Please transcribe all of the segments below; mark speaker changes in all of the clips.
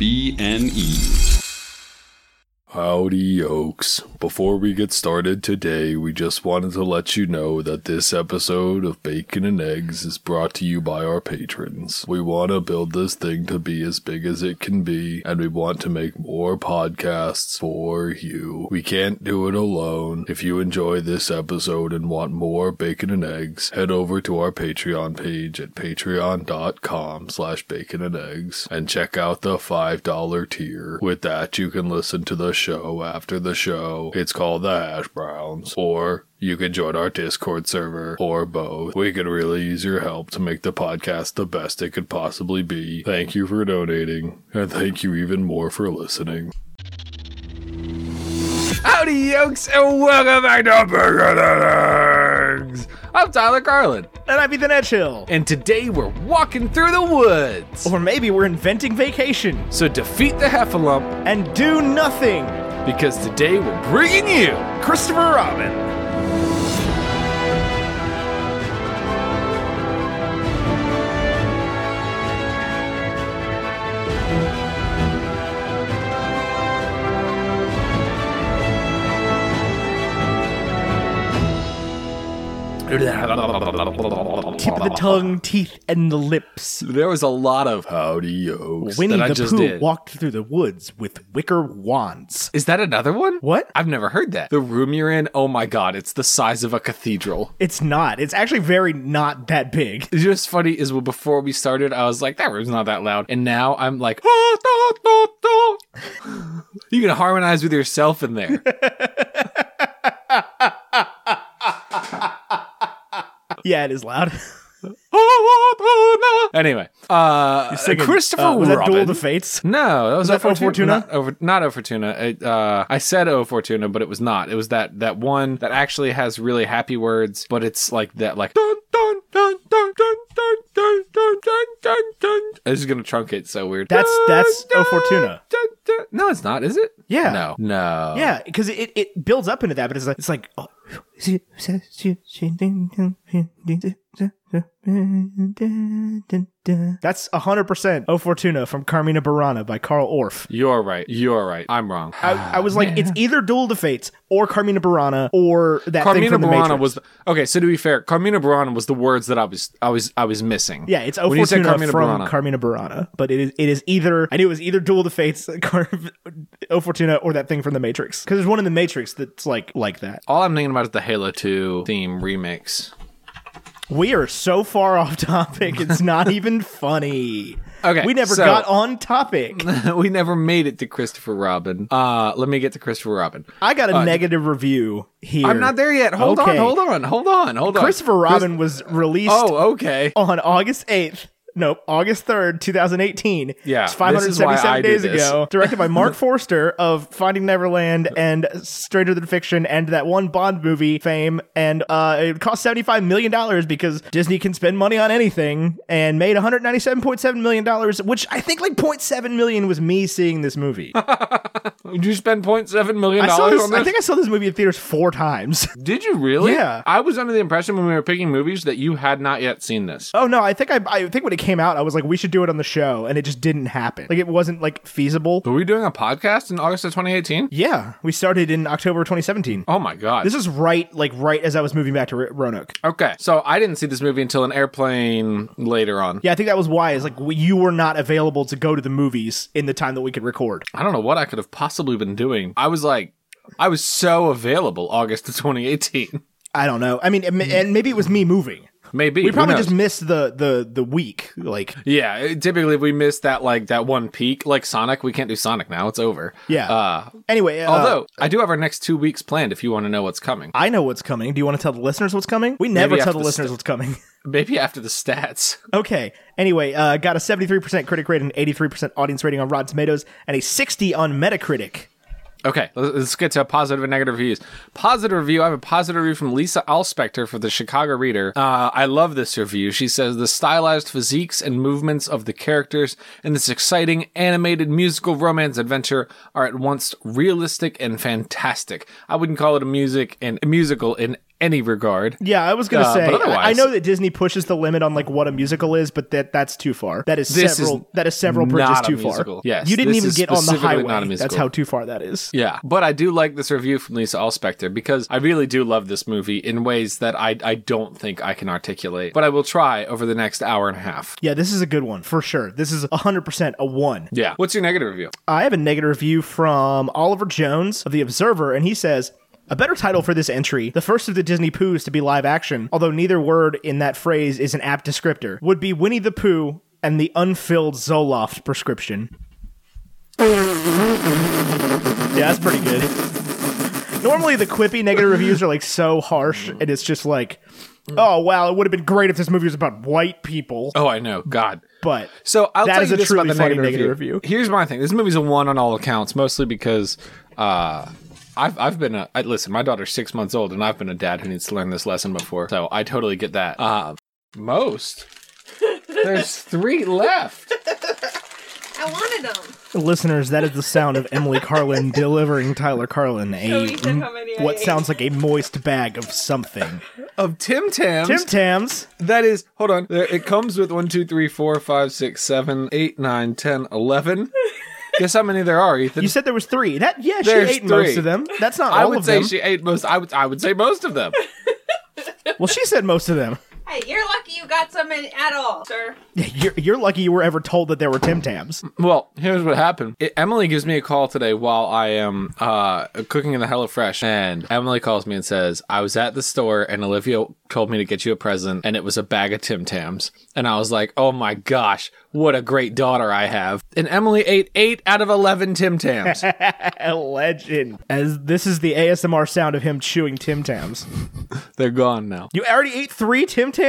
Speaker 1: WBNE.
Speaker 2: Howdy, Oaks. Before we get started today, we just wanted to let you know that this episode of Bacon and Eggs is brought to you by our patrons. We want to build this thing to be as big as it can be, and we want to make more podcasts for you. We can't do it alone. If you enjoy this episode and want more Bacon and Eggs, head over to our Patreon page at patreon.com slash bacon and eggs and check out the $5 tier. With that, you can listen to the show after the show. It's called the Hash Browns. Or you can join our Discord server or both. We could really use your help to make the podcast the best it could possibly be. Thank you for donating, and thank you even more for listening.
Speaker 3: Howdy, yokes, and welcome back to Burger Eggs. I'm Tyler Garland,
Speaker 4: And I'd be the Net Hill.
Speaker 3: and today we're walking through the woods.
Speaker 4: Or maybe we're inventing vacation
Speaker 3: So defeat the heffalump
Speaker 4: and do nothing.
Speaker 3: because today we're bringing you
Speaker 4: Christopher Robin. Tip of the tongue, teeth, and the lips.
Speaker 3: There was a lot of
Speaker 2: Howdy, yokes.
Speaker 4: Winnie
Speaker 3: I
Speaker 4: the
Speaker 3: just
Speaker 4: Pooh
Speaker 3: did.
Speaker 4: walked through the woods with wicker wands.
Speaker 3: Is that another one?
Speaker 4: What?
Speaker 3: I've never heard that. The room you're in, oh my god, it's the size of a cathedral.
Speaker 4: It's not. It's actually very not that big.
Speaker 3: It's just funny is well, before we started, I was like, that room's not that loud. And now I'm like, "Ah, da, da, da." you can harmonize with yourself in there.
Speaker 4: Yeah, it is loud.
Speaker 3: anyway, uh,
Speaker 4: Singing,
Speaker 3: Christopher
Speaker 4: uh, was that Duel
Speaker 3: Robin.
Speaker 4: of the Fates?
Speaker 3: no, that was,
Speaker 4: that
Speaker 3: O
Speaker 4: O
Speaker 3: Fortuna.
Speaker 4: Fortuna?
Speaker 3: Not, over, not O Fortuna. It, uh, I said O Fortuna, but it was not. It was that that one that actually has really happy words, but it's like that like. Dun, dun, dun, dun, dun, dun, dun, dun, dun, dun, dun. This is gonna truncate so weird.
Speaker 4: That's
Speaker 3: Dun,
Speaker 4: that's O
Speaker 3: dun,
Speaker 4: Fortuna.
Speaker 3: dun, dun. No, it's not. Is it?
Speaker 4: Yeah.
Speaker 3: No. No.
Speaker 4: Yeah, because it, it builds up into that, but it's like it's like oh. that's hundred percent O Fortuna from Carmina Burana by Carl Orff.
Speaker 3: You're right. You're right. I'm wrong.
Speaker 4: I, I was like, it's either Duel of the Fates or Carmina Burana or that thing
Speaker 3: Carmina
Speaker 4: from the
Speaker 3: Burana
Speaker 4: Matrix.
Speaker 3: was okay. So to be fair, Carmina Burana was the words that I was I was I was missing.
Speaker 4: yeah, it's O
Speaker 3: When you said
Speaker 4: Fortuna
Speaker 3: Carmina
Speaker 4: from
Speaker 3: Burana.
Speaker 4: Carmina Burana, but it is it is either I knew it was either Duel of the Fates, Car- O Fortuna, or that thing from the Matrix. Because there's one in the Matrix that's like like that.
Speaker 3: All I'm thinking about is the Halo 2 theme remix.
Speaker 4: We are so far off topic. It's not even funny.
Speaker 3: Okay,
Speaker 4: We never
Speaker 3: so-
Speaker 4: got on topic.
Speaker 3: we never made it to Christopher Robin. Uh, let me get to Christopher Robin.
Speaker 4: I got a negative review here.
Speaker 3: Uh, I'm not there yet. Hold on.
Speaker 4: Okay.
Speaker 3: Hold on. Hold on. Hold on.
Speaker 4: Christopher Robin was released
Speaker 3: Oh, okay.
Speaker 4: on August 8th. Nope, August 3rd, 2018.
Speaker 3: Yeah,
Speaker 4: It's
Speaker 3: this is why
Speaker 4: 577
Speaker 3: I do
Speaker 4: days
Speaker 3: this.
Speaker 4: ago. Directed by Mark Forster of Finding Neverland and Stranger Than Fiction and that one Bond movie fame. And uh, it cost $75 million because Disney can spend money on anything and made $197.7 million, which I think like $0.7 million was me seeing this movie. I,
Speaker 3: Did you spend $0.7 million
Speaker 4: saw
Speaker 3: dollars
Speaker 4: this-
Speaker 3: on this?
Speaker 4: I think I saw this movie in theaters four times.
Speaker 3: Did you really?
Speaker 4: Yeah.
Speaker 3: I was under the impression when we were picking movies that you had not yet seen this.
Speaker 4: Oh no, I think I, I think when it came out, I was like, we should do it on the show, and it just didn't happen. Like it wasn't like feasible.
Speaker 3: Were we doing a podcast in August of 2018?
Speaker 4: Yeah, we started in October 2017.
Speaker 3: Oh my god.
Speaker 4: This is right, like right as I was moving back to R- Roanoke.
Speaker 3: Okay, so I didn't see this movie until an airplane later on.
Speaker 4: Yeah, I think that was why. Is like we, you were not available to go to the movies in the time that we could record.
Speaker 3: I don't know what I could have possibly been doing. I was like, I was so available August of 2018.
Speaker 4: I don't know. I mean,
Speaker 3: Mm.
Speaker 4: and ma- and maybe it was me moving.
Speaker 3: Maybe
Speaker 4: We probably just
Speaker 3: missed.
Speaker 4: missed the the the week. Like
Speaker 3: yeah. it- Typically, if we miss that like that one peak, like Sonic. We can't do Sonic now; it's over.
Speaker 4: yeah.
Speaker 3: Uh,
Speaker 4: anyway, uh,
Speaker 3: although I do have our next two weeks planned. If you want to know what's coming,
Speaker 4: I know what's coming. Do you want to tell the listeners what's coming? We never
Speaker 3: after
Speaker 4: tell the
Speaker 3: the
Speaker 4: listeners
Speaker 3: st-
Speaker 4: what's coming.
Speaker 3: maybe after the stats.
Speaker 4: Okay. Anyway, uh, got a 73% critic rating, an 83% audience rating on Rotten Tomatoes, and a 60 on Metacritic.
Speaker 3: Okay, let's let's get to positive and negative reviews. Positive review. I have a positive review from Lisa Alspector for the Chicago Reader. Uh, I love this review. She says the stylized physiques and movements of the characters in this exciting animated musical romance adventure are at once realistic and fantastic. I wouldn't call it a music and a musical in any regard.
Speaker 4: Yeah, I was gonna
Speaker 3: Uh,
Speaker 4: say.
Speaker 3: but otherwise-
Speaker 4: I I know that Disney pushes the limit on like what a musical is, but that that's too far. That is
Speaker 3: This is
Speaker 4: several. that is several bridges
Speaker 3: not a
Speaker 4: too
Speaker 3: musical.
Speaker 4: far.
Speaker 3: Yes,
Speaker 4: you didn't
Speaker 3: this
Speaker 4: even
Speaker 3: is
Speaker 4: get on the
Speaker 3: specifically
Speaker 4: highway.
Speaker 3: not a
Speaker 4: that's
Speaker 3: musical.
Speaker 4: how too far that is.
Speaker 3: Yeah, but I do like this review from Lisa Allspector because I really do love this movie in ways that I I don't think I can articulate, but I will try over the next hour and a half.
Speaker 4: Yeah, this is a good one for sure. This is 100% a one.
Speaker 3: Yeah. What's your negative review?
Speaker 4: I have a negative review from Oliver Jones of The Observer, and he says, a better title for this entry, the first of the Disney Poos to be live action, although neither word in that phrase is an apt descriptor, would be Winnie the Pooh and the unfilled Zoloft prescription. yeah, that's pretty good. Normally, the quippy negative reviews are like so harsh, and it's just like, oh, wow, it would have been great if this movie was about white people,
Speaker 3: Oh, I know. God.
Speaker 4: but.
Speaker 3: So I'll
Speaker 4: That
Speaker 3: tell
Speaker 4: is
Speaker 3: you
Speaker 4: a
Speaker 3: this
Speaker 4: truly
Speaker 3: about the
Speaker 4: funny
Speaker 3: negative,
Speaker 4: negative
Speaker 3: review.
Speaker 4: review.
Speaker 3: Here's my thing. This movie's a one on all accounts, mostly because uh, I've I've been a I, listen. My daughter's six months old, and I've been a dad who needs to learn this lesson before. So I totally get that. Uh, most. There's three left.
Speaker 1: I wanted them.
Speaker 4: Listeners, that is the sound of Emily Carlin delivering Tyler Carlin a
Speaker 1: he said how many I
Speaker 4: what
Speaker 1: ate.
Speaker 4: sounds like a moist bag of something.
Speaker 3: Of Tim Tams.
Speaker 4: Tim Tams.
Speaker 3: That is, hold on. There, it comes with 1, 2, 3, 4, 5, 6, 7, 8, 9, 10, 11. Guess how many there are, Ethan?
Speaker 4: You said there was three. That yeah,
Speaker 3: There's
Speaker 4: she ate most
Speaker 3: three.
Speaker 4: of them. That's not
Speaker 3: I
Speaker 4: all
Speaker 3: would
Speaker 4: of
Speaker 3: say
Speaker 4: them.
Speaker 3: she ate most. I would, I would say most of them.
Speaker 4: well, she said most of them.
Speaker 1: Hey, you're lucky you got some in at all, sir.
Speaker 4: You're, you're lucky you were ever told that there were Tim Tams.
Speaker 3: Well, here's what happened. I- Emily gives me a call today while I am uh, cooking in the HelloFresh, and Emily calls me and says, "I was at the store, and Olivia told me to get you a present, and it was a bag of Tim Tams." And I was like, "Oh my gosh, what a great daughter I have!" And Emily ate eight out of eleven Tim Tams.
Speaker 4: A legend. As this is the ASMR sound of him chewing Tim Tams.
Speaker 3: They're gone now.
Speaker 4: You already ate three Tim Tams.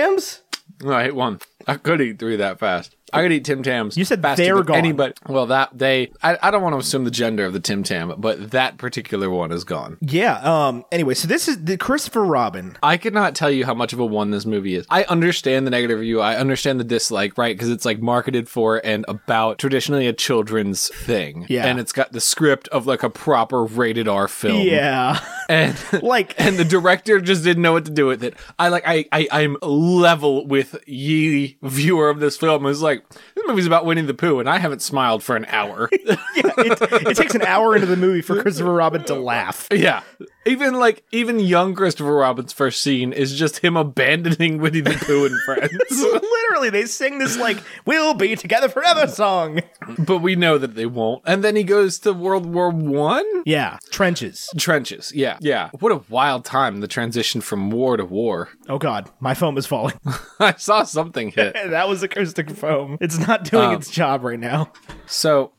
Speaker 3: No, I ate one. I could eat three that fast. I could eat Tim Tams.
Speaker 4: You said
Speaker 3: faster
Speaker 4: they're
Speaker 3: than
Speaker 4: gone.
Speaker 3: Anybody. Well, that they. I, I don't want to assume the gender of the Tim Tam, but that particular one is gone.
Speaker 4: Yeah. Um. Anyway, so this is the Christopher Robin.
Speaker 3: I could not tell you how much of a one this movie is. I understand the negative review. I understand the dislike, right? Because it's like marketed for and about traditionally a children's thing.
Speaker 4: Yeah.
Speaker 3: And it's got the script of like a proper rated R film.
Speaker 4: Yeah.
Speaker 3: And
Speaker 4: like
Speaker 3: and the director just didn't know what to do with it. I like I, I I'm level with ye viewer of this film. It's like this movie's about Winnie the Pooh, and I haven't smiled for an hour.
Speaker 4: it, it takes an hour into the movie for Christopher Robin to laugh.
Speaker 3: yeah, even like even young Christopher Robin's first scene is just him abandoning Winnie the Pooh and friends.
Speaker 4: Literally, they sing this like "We'll be together forever" song.
Speaker 3: but we know that they won't. And then he goes to World War One.
Speaker 4: Yeah, trenches.
Speaker 3: Trenches, yeah, yeah. What a wild time, the transition from war to war.
Speaker 4: Oh God, my foam is falling.
Speaker 3: I saw something hit.
Speaker 4: that was acoustic foam. It's not doing its job right now.
Speaker 3: So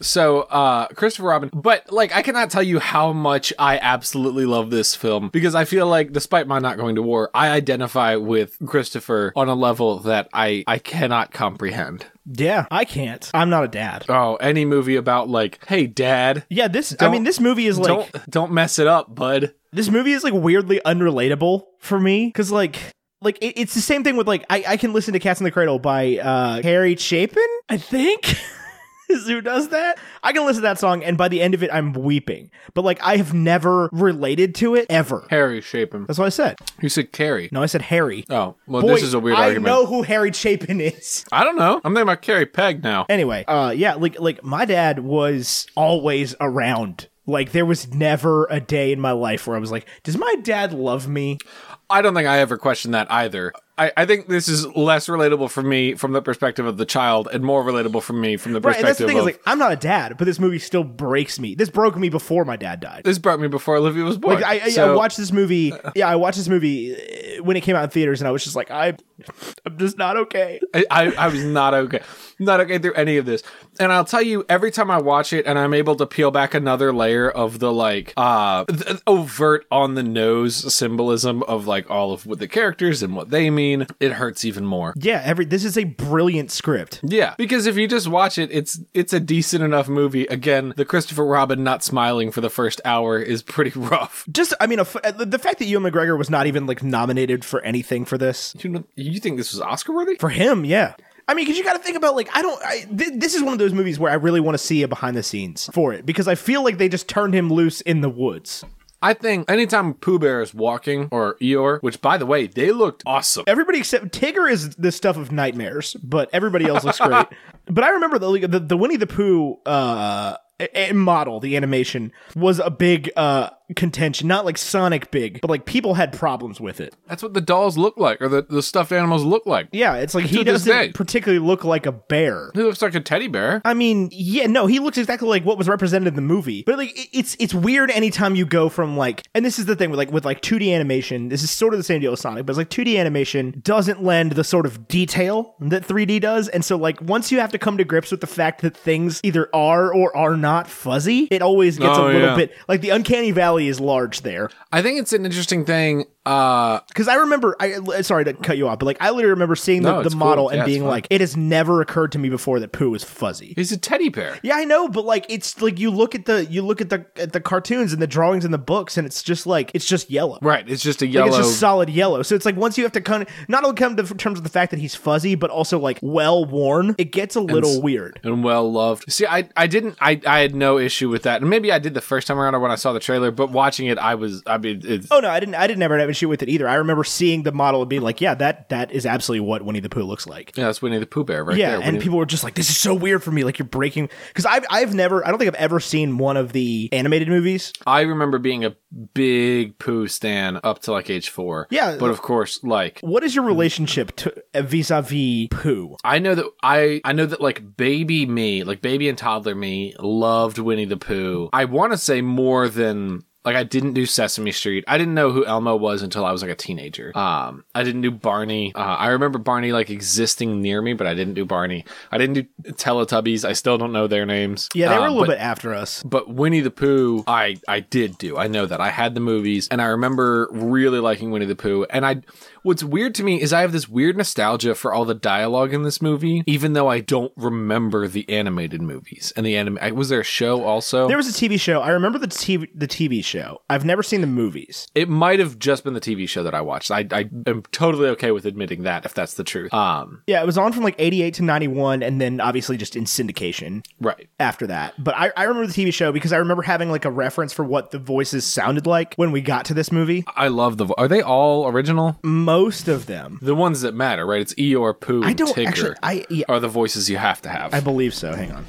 Speaker 3: so uh Christopher Robin, but like I cannot tell you how much I absolutely love this film because I feel like despite my not going to war, I identify with Christopher on a level that I I cannot comprehend.
Speaker 4: Yeah, I can't. I'm not a dad.
Speaker 3: Oh, any movie about like, hey dad,
Speaker 4: Yeah, this. I
Speaker 3: Don't-
Speaker 4: mean, this movie is like
Speaker 3: don't don't mess it up, bud.
Speaker 4: this movie is like weirdly unrelatable for me because like. Like it, it's the same thing with like I, I can listen to Cats in the Cradle by uh Harry Chapin, I think. is who does that. I can listen to that song, and by the end of it, I'm weeping. But like, I have never related to it ever.
Speaker 3: Harry shape him.
Speaker 4: That's what I said.
Speaker 3: You said Carrie.
Speaker 4: No, I said Harry.
Speaker 3: Oh, well
Speaker 4: Boy,
Speaker 3: this is a weird
Speaker 4: I
Speaker 3: argument.
Speaker 4: know who Harry Chapin is.
Speaker 3: I don't know. I'm thinking about Carrie Peg now.
Speaker 4: Anyway, uh, yeah, like like my dad was always around. Like there was never a day in my life where I was like, does my dad love me?
Speaker 3: I don't think I ever questioned that either. I, I think this is less relatable for me from the perspective of the child and more relatable for me from the
Speaker 4: Right, and that's
Speaker 3: perspective
Speaker 4: the thing
Speaker 3: of
Speaker 4: is like I'm not a dad, but this movie still breaks me. This broke me before my dad died.
Speaker 3: this brought me before Olivia was born.
Speaker 4: Like, I, I, I
Speaker 3: So-
Speaker 4: watched this movie. Yeah, I watched this movie uh, when it came out in theaters, and I was just like, I, I'm just not okay.
Speaker 3: I, I, I was not okay. Not okay through any of this. And I'll tell you, every time I watch it and I'm able to peel back another layer of the like uh th- overt on the nose symbolism of like all of what the characters and what they mean, it hurts even more.
Speaker 4: Yeah, every this is a brilliant script.
Speaker 3: Yeah, because if you just watch it, it's it's a decent enough movie. Again, the Christopher Robin not smiling for the first hour is pretty rough.
Speaker 4: Just, I mean, a f- uh, the the fact that Ewan McGregor was not even like nominated for anything for this
Speaker 3: You know, you think this was Oscar worthy?
Speaker 4: for him, yeah. I mean, because you got to think about like I don't. I, th- this is one of those movies where I really want to see a behind the scenes for it because I feel like they just turned him loose in the woods.
Speaker 3: I think anytime Pooh Bear is walking or Eeyore, which by the way, they looked awesome.
Speaker 4: Everybody except Tigger is the stuff of nightmares, but everybody else looks great. But I remember the the, the Winnie the Pooh uh, a- a- model, the animation was a big uh, contention, not like Sonic big, but like people had problems with it.
Speaker 3: That's what the dolls look like, or the, the stuffed animals look like.
Speaker 4: Yeah, it's like he
Speaker 3: To this day.
Speaker 4: doesn't particularly look like a bear.
Speaker 3: He looks like a teddy bear.
Speaker 4: I mean, yeah, no, he looks exactly like what was represented in the movie. But like, it- it's it's weird anytime you go from like, and this is the thing with like with like 2D animation. This is sort of the same deal with Sonic, but it's like 2D animation doesn't lend the sort of detail that 3D does. And so like once you have to come to grips with the fact that things either are or are not fuzzy, it always gets
Speaker 3: Oh,
Speaker 4: a little
Speaker 3: yeah.
Speaker 4: bit like the uncanny valley is large there.
Speaker 3: I think it's an interesting thing. Uh,
Speaker 4: Because I remember, I l- sorry to cut you off, but like I literally remember seeing
Speaker 3: No,
Speaker 4: the,
Speaker 3: it's
Speaker 4: the
Speaker 3: cool.
Speaker 4: model and
Speaker 3: Yeah, it's
Speaker 4: being
Speaker 3: fine.
Speaker 4: like, it has never occurred to me before that Pooh is fuzzy.
Speaker 3: he's a teddy bear.
Speaker 4: Yeah, I know, but like it's like you look at the you look at the at the cartoons and the drawings and the books, and it's just like it's just yellow.
Speaker 3: Right. It's just a
Speaker 4: Like,
Speaker 3: yellow.
Speaker 4: It's just solid yellow. So it's like once you have to come, not only come to terms with the fact that he's fuzzy, but also like well worn, it gets a little weird.
Speaker 3: and well loved. See, I, I didn't I, I had no issue with that, and maybe I did the first time around or when I saw the trailer. But watching it, I was I mean, it's,
Speaker 4: Oh no, I didn't. I didn't ever have an issue with it either. I remember seeing the model and being like, "Yeah, that that is absolutely what Winnie the Pooh looks like."
Speaker 3: yeah, that's Winnie the Pooh bear right
Speaker 4: yeah,
Speaker 3: there.
Speaker 4: and
Speaker 3: Winnie-
Speaker 4: people were just like, "This is so weird for me." Like you're breaking because I've I've never I don't think I've ever seen one of the animated movies.
Speaker 3: I remember being a big Pooh stan up to like age four.
Speaker 4: Yeah.
Speaker 3: but of course, like
Speaker 4: What is your relationship to vis a vis Pooh?
Speaker 3: I know that I I know that like baby me, like baby and toddler me, loved Winnie the Pooh. I want to say more than like I didn't do Sesame Street. I didn't know who Elmo was until I was like a teenager. Um, I didn't do Barney. Uh, I remember Barney like existing near me, but I didn't do Barney. I didn't do Teletubbies. I still don't know their names.
Speaker 4: Yeah, they were
Speaker 3: Um,
Speaker 4: a little
Speaker 3: but-
Speaker 4: bit after us.
Speaker 3: but Winnie the Pooh, I I did do. I know that I had the movies, and I remember really liking Winnie the Pooh. And I, what's weird to me is I have this weird nostalgia for all the dialogue in this movie, even though I don't remember the animated movies and the anime. Was there a show also?
Speaker 4: There was a TV show. I remember the TV the TV show. I've never seen the movies.
Speaker 3: it might have just been the TV show that I watched. I, I am totally okay with admitting that if that's the truth. Um,
Speaker 4: Yeah, it was on from like 88 to 91 and then obviously just in syndication
Speaker 3: right.
Speaker 4: after that. But I, I remember the TV show because I remember having like a reference for what the voices sounded like when we got to this movie.
Speaker 3: I love the. vo- Are they all original?
Speaker 4: Most of them.
Speaker 3: The ones that matter, right? It's Eeyore, Pooh,
Speaker 4: Mm. I don't
Speaker 3: Tigger.
Speaker 4: actually I yeah,
Speaker 3: are the voices you have to have.
Speaker 4: I believe so. Hang on.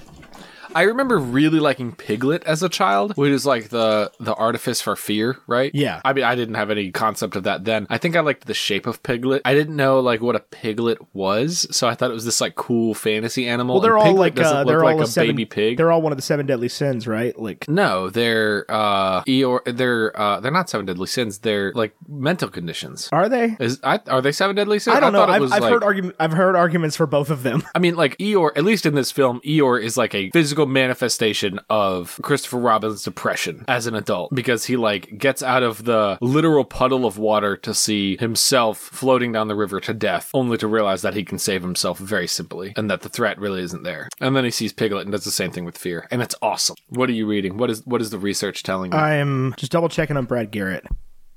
Speaker 3: I remember really liking Piglet as a child, which is like the the artifice for fear, right?
Speaker 4: Yeah.
Speaker 3: I mean, I didn't have any concept of that then. I think I liked the shape of Piglet. I didn't know like what a piglet was, so I thought it was this like cool fantasy animal.
Speaker 4: Well, they're
Speaker 3: and
Speaker 4: all
Speaker 3: Piglet
Speaker 4: like
Speaker 3: doesn't
Speaker 4: uh,
Speaker 3: look
Speaker 4: they're
Speaker 3: like
Speaker 4: all
Speaker 3: a
Speaker 4: the seven,
Speaker 3: baby pig.
Speaker 4: They're all one of the seven deadly sins, right? Like
Speaker 3: no, they're uh Eeyore, they're uh they're not seven deadly sins. They're like mental conditions.
Speaker 4: are they?
Speaker 3: Is I, are they seven deadly sins?
Speaker 4: I don't know.
Speaker 3: thought it
Speaker 4: I've,
Speaker 3: was,
Speaker 4: I've
Speaker 3: like-
Speaker 4: heard argument. I've heard arguments for both of them.
Speaker 3: I mean, like Eeyore, at least in this film, Eeyore is like a physical manifestation of Christopher Robin's depression as an adult because he like gets out of the literal puddle of water to see himself floating down the river to death, only to realize that he can save himself very simply and that the threat really isn't there. And then he sees Piglet and does the same thing with fear, and it's awesome. What are you reading? What is what is the research telling
Speaker 4: Uh,
Speaker 3: you?
Speaker 4: I'm just double checking on Brad Garrett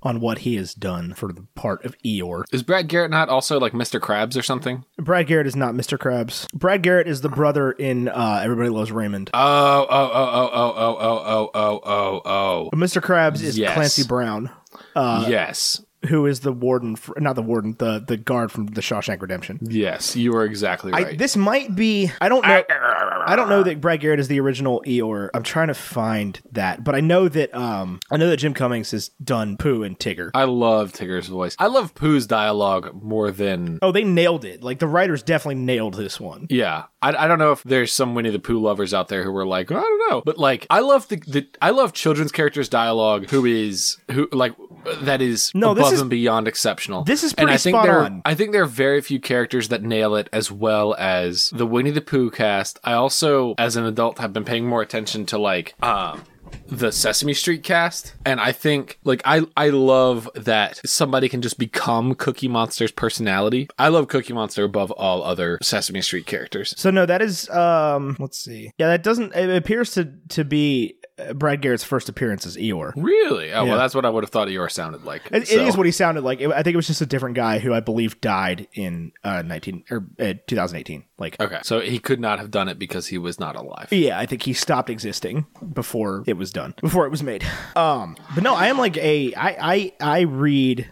Speaker 4: on what he has done for the part of Eeyore.
Speaker 3: is Brad Garrett not also like Mr. Krabs or something?
Speaker 4: Brad Garrett is not Mr. Krabs. Brad Garrett is the brother in uh, Everybody Loves Raymond.
Speaker 3: Oh, oh, oh, oh, oh, oh, oh, oh, oh, oh.
Speaker 4: Mr. Uh, Krabs is
Speaker 3: Yes.
Speaker 4: Clancy Brown,
Speaker 3: yes.
Speaker 4: who is the warden, for, not the warden, the, the guard from the Shawshank Redemption.
Speaker 3: Yes, you are exactly
Speaker 4: I,
Speaker 3: right.
Speaker 4: This might be. I don't know. I don't know that Brad Garrett is the original Eeyore. I'm trying to find that, but I know that um I know that Jim Cummings has done Pooh and Tigger.
Speaker 3: I love Tigger's voice. I love Pooh's dialogue more than.
Speaker 4: Oh, they nailed it. Like the writers definitely nailed this one.
Speaker 3: Yeah, I, I don't know if there's some Winnie the Pooh lovers out there who were like, I don't know, but like I love the, the I love children's characters dialogue who is who like that is
Speaker 4: No, this
Speaker 3: above
Speaker 4: is-
Speaker 3: and beyond exceptional.
Speaker 4: this is
Speaker 3: and I
Speaker 4: pretty
Speaker 3: think
Speaker 4: spot
Speaker 3: there
Speaker 4: on.
Speaker 3: I think there are very few characters that nail it as well as the Winnie the Pooh cast. I also, as an adult, have been paying more attention to like um the Sesame Street cast, and I think like I I love that somebody can just become Cookie Monster's personality. I love Cookie Monster above all other Sesame Street characters.
Speaker 4: So no, that is um let's see. Yeah, that doesn't it appears to to be uh, Brad Garrett's first appearance as Eeyore.
Speaker 3: Really? Oh,
Speaker 4: Yeah.
Speaker 3: well, that's what I would have thought Eeyore sounded like.
Speaker 4: It,
Speaker 3: So-
Speaker 4: it is what he sounded like. It- I think it was just a different guy who I believe died in uh, 19 or uh, 2018. Like,
Speaker 3: Okay, so he could not have done it because he was not alive.
Speaker 4: yeah, I think he stopped existing before it was done, before it was made. Um, but no, I am like a I I I read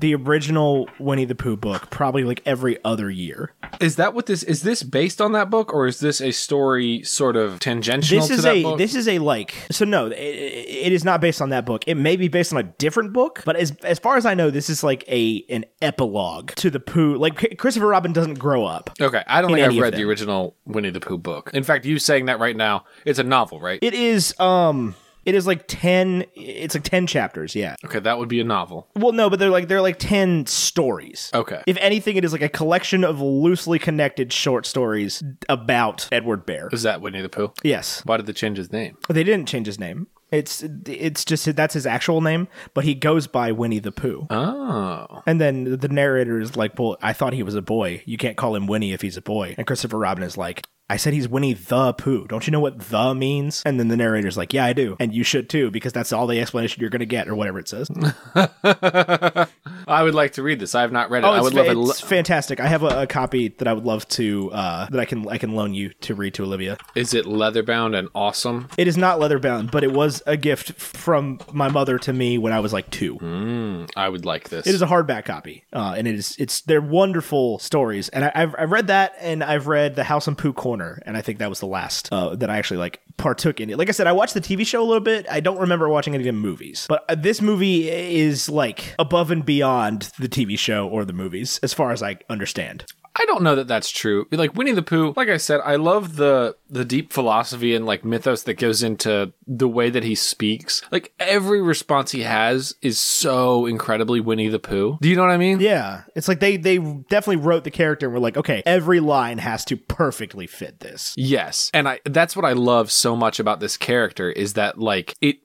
Speaker 4: the original Winnie the Pooh book probably like every other year.
Speaker 3: Is that what this is? This based on that book, or is this a story sort of tangential
Speaker 4: This
Speaker 3: to
Speaker 4: is
Speaker 3: that
Speaker 4: a
Speaker 3: book?
Speaker 4: this is a like so no, it, it is not based on that book. It may be based on a different book, but as as far as I know, this is like a an epilogue to the Pooh. Like Christopher Robin doesn't grow up.
Speaker 3: okay, I don't
Speaker 4: in
Speaker 3: think I've
Speaker 4: any of
Speaker 3: read the
Speaker 4: them.
Speaker 3: original Winnie the Pooh book. In fact, you saying that right now, it's a novel, right?
Speaker 4: It is um it is like 10 it's like 10 chapters, yeah.
Speaker 3: okay, that would be a novel.
Speaker 4: Well, no, but they're like they're like 10 stories.
Speaker 3: Okay.
Speaker 4: If anything it is like a collection of loosely connected short stories about Edward Bear.
Speaker 3: Is that Winnie the Pooh?
Speaker 4: Yes.
Speaker 3: Why did they change his name?
Speaker 4: They didn't change his name. It's it's just that's his actual name, but he goes by Winnie the Pooh.
Speaker 3: Oh,
Speaker 4: And then the narrator is like, "Well, I thought he was a boy. You can't call him Winnie if he's a boy." And Christopher Robin is like, "I said he's Winnie the Pooh. Don't you know what the means?" And then the narrator's like, "Yeah, I do, and you should too, because that's all the explanation you're going to get, or whatever it says." oh,
Speaker 3: I would like to read this. I have not read it.
Speaker 4: Oh,
Speaker 3: I
Speaker 4: it's,
Speaker 3: would love
Speaker 4: fa-
Speaker 3: it.
Speaker 4: it's fantastic. I have a, a copy that I would love to uh, that I can I can loan you to read to Olivia.
Speaker 3: Is it leatherbound and awesome?
Speaker 4: It is not leather bound, but it was a gift from my mother to me when I was like two.
Speaker 3: I would like this.
Speaker 4: It is a hardback copy, uh, and it is it's they're wonderful stories. And I, I've I've read that, and I've read the House on Pooh Corner, and I think that was the last uh, that I actually like partook in it. Like I said, I watched the TV show a little bit. I don't remember watching any of the movies, but uh, this movie is like above and beyond the TV show or the movies, as far as I understand.
Speaker 3: I don't know that that's true. Like Winnie the Pooh, like I said, I love the the deep philosophy and like mythos that goes into the way that he speaks. Like every response he has is so incredibly Winnie the Pooh. Do you know what I mean?
Speaker 4: Yeah, it's like they they definitely wrote the character and were like, okay, every line has to perfectly fit this.
Speaker 3: Yes. And I that's what I love so much about this character is that like it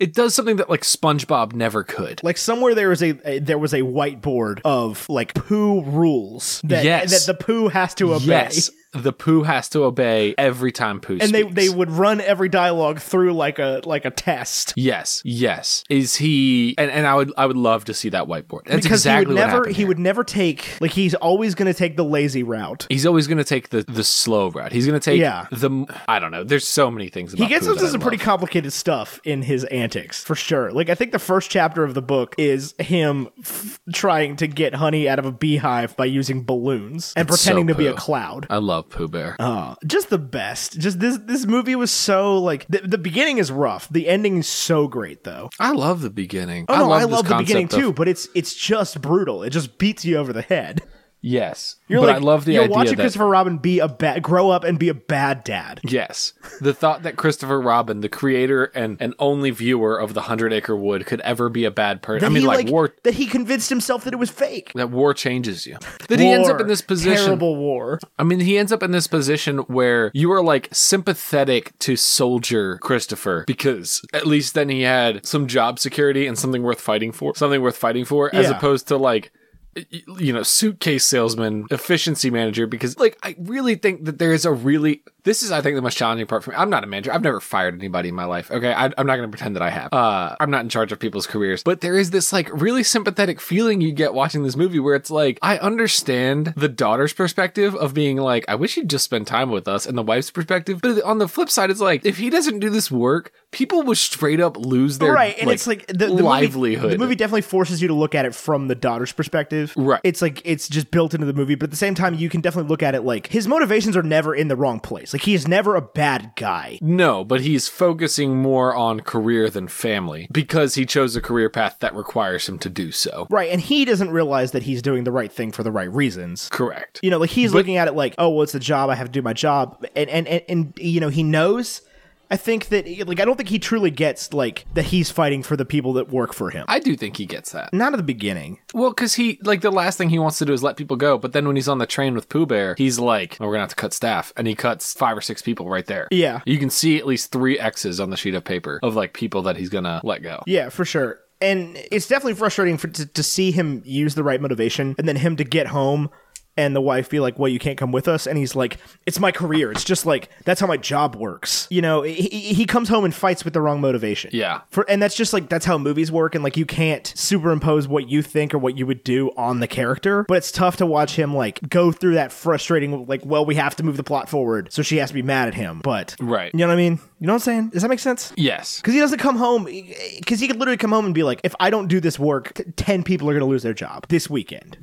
Speaker 3: it does something that like SpongeBob never could.
Speaker 4: Like somewhere there was a, a there was a whiteboard of like poo rules that
Speaker 3: Yes.
Speaker 4: that the poo has to obey.
Speaker 3: Yes. The Pooh has to obey every time Pooh
Speaker 4: And they,
Speaker 3: speaks.
Speaker 4: they would run every dialogue through like a like a test.
Speaker 3: Yes, yes. Is he and, and I would I would love to see that whiteboard. That's
Speaker 4: because
Speaker 3: exactly
Speaker 4: he would
Speaker 3: what
Speaker 4: never
Speaker 3: happened
Speaker 4: he
Speaker 3: here.
Speaker 4: would never take like he's always gonna take the lazy route.
Speaker 3: He's always going to take the the slow route. He's going to take
Speaker 4: Yeah.
Speaker 3: the I don't know. There's so many things about
Speaker 4: He gets
Speaker 3: Pooh
Speaker 4: into
Speaker 3: that I
Speaker 4: some pretty
Speaker 3: love.
Speaker 4: complicated stuff in his antics, for sure. Like I think the first chapter of the book is him f- trying to get honey out of a beehive by using balloons and
Speaker 3: It's so
Speaker 4: pretending to be a
Speaker 3: Pooh.
Speaker 4: cloud.
Speaker 3: I love Pooh Bear.
Speaker 4: Uh, just the best. Just this this movie was so like the, the beginning is rough. The ending is so great though.
Speaker 3: I love the beginning.
Speaker 4: Oh,
Speaker 3: I
Speaker 4: no,
Speaker 3: love,
Speaker 4: I
Speaker 3: this
Speaker 4: love the beginning
Speaker 3: concept of-
Speaker 4: too, but it's it's just brutal. It just beats you over the head.
Speaker 3: Yes,
Speaker 4: You're
Speaker 3: but
Speaker 4: like
Speaker 3: I love the
Speaker 4: you're
Speaker 3: idea
Speaker 4: watching
Speaker 3: that
Speaker 4: Christopher Robin be a bad grow up and be a bad dad.
Speaker 3: yes, the thought that Christopher Robin, the creator and and only viewer of the Hundred Acre Wood, could ever be a bad person.
Speaker 4: That
Speaker 3: I mean,
Speaker 4: he,
Speaker 3: like, war
Speaker 4: that he convinced himself that it was fake.
Speaker 3: that war changes you. That he ends up
Speaker 4: War.
Speaker 3: in this position.
Speaker 4: Terrible war.
Speaker 3: I mean, he ends up in this position where you are like sympathetic to soldier Christopher because at least then he had some job security and something worth fighting for, something worth fighting for, as
Speaker 4: Yeah.
Speaker 3: opposed to like y- you know suitcase salesman efficiency manager because like i really think that there is a really this is i think the most challenging part for me i'm not a manager i've never fired anybody in my life okay I, i'm not gonna pretend that i have uh i'm not in charge of people's careers but there is this like really sympathetic feeling you get watching this movie where it's like i understand the daughter's perspective of being like i wish you'd just spend time with us and the wife's perspective but on the flip side it's like if he doesn't do this work people would straight up lose their
Speaker 4: right, and it's like the, the movie-
Speaker 3: livelihood
Speaker 4: the movie definitely forces you to look at it from the daughter's perspective.
Speaker 3: Right.
Speaker 4: It's like it's just built into the movie, but at the same time, you can definitely look at it like his motivations are never in the wrong place. Like he is never a bad guy.
Speaker 3: No, but he's focusing more on career than family because he chose a career path that requires him to do so.
Speaker 4: Right, and he doesn't realize that he's doing the right thing for the right reasons.
Speaker 3: Correct.
Speaker 4: You know, like he's looking at it like, oh, well, it's a job. I have to do my job, and and and, and you know, he knows. I think that like I don't think he truly gets like that he's fighting for the people that work for him.
Speaker 3: I do think he gets that.
Speaker 4: Not at the beginning.
Speaker 3: Well, because he, like, the last thing he wants to do is let people go. But then when he's on the train with Pooh Bear, he's like, oh, we're going to have to cut staff. And he cuts five or six people right there.
Speaker 4: Yeah.
Speaker 3: You can see at least three X's on the sheet of paper of, like, people that he's going to let go.
Speaker 4: Yeah, for sure. And it's definitely frustrating for, to, to see him use the right motivation and then him to get home and the wife be like, "Well, you can't come with us," and he's like, "It's my career. It's just like that's how my job works." You know, he, he he comes home and fights with the wrong motivation.
Speaker 3: Yeah.
Speaker 4: for and that's just like that's how movies work, and like you can't superimpose what you think or what you would do on the character. But it's tough to watch him like go through that frustrating like, well, we have to move the plot forward, so she has to be mad at him. But
Speaker 3: Right.
Speaker 4: you know what I mean? You know what I'm saying? Does that make sense?
Speaker 3: Yes.
Speaker 4: Because he doesn't come home, because he could literally come home and be like, if I don't do this work, t- 10 people are going to lose their job this weekend.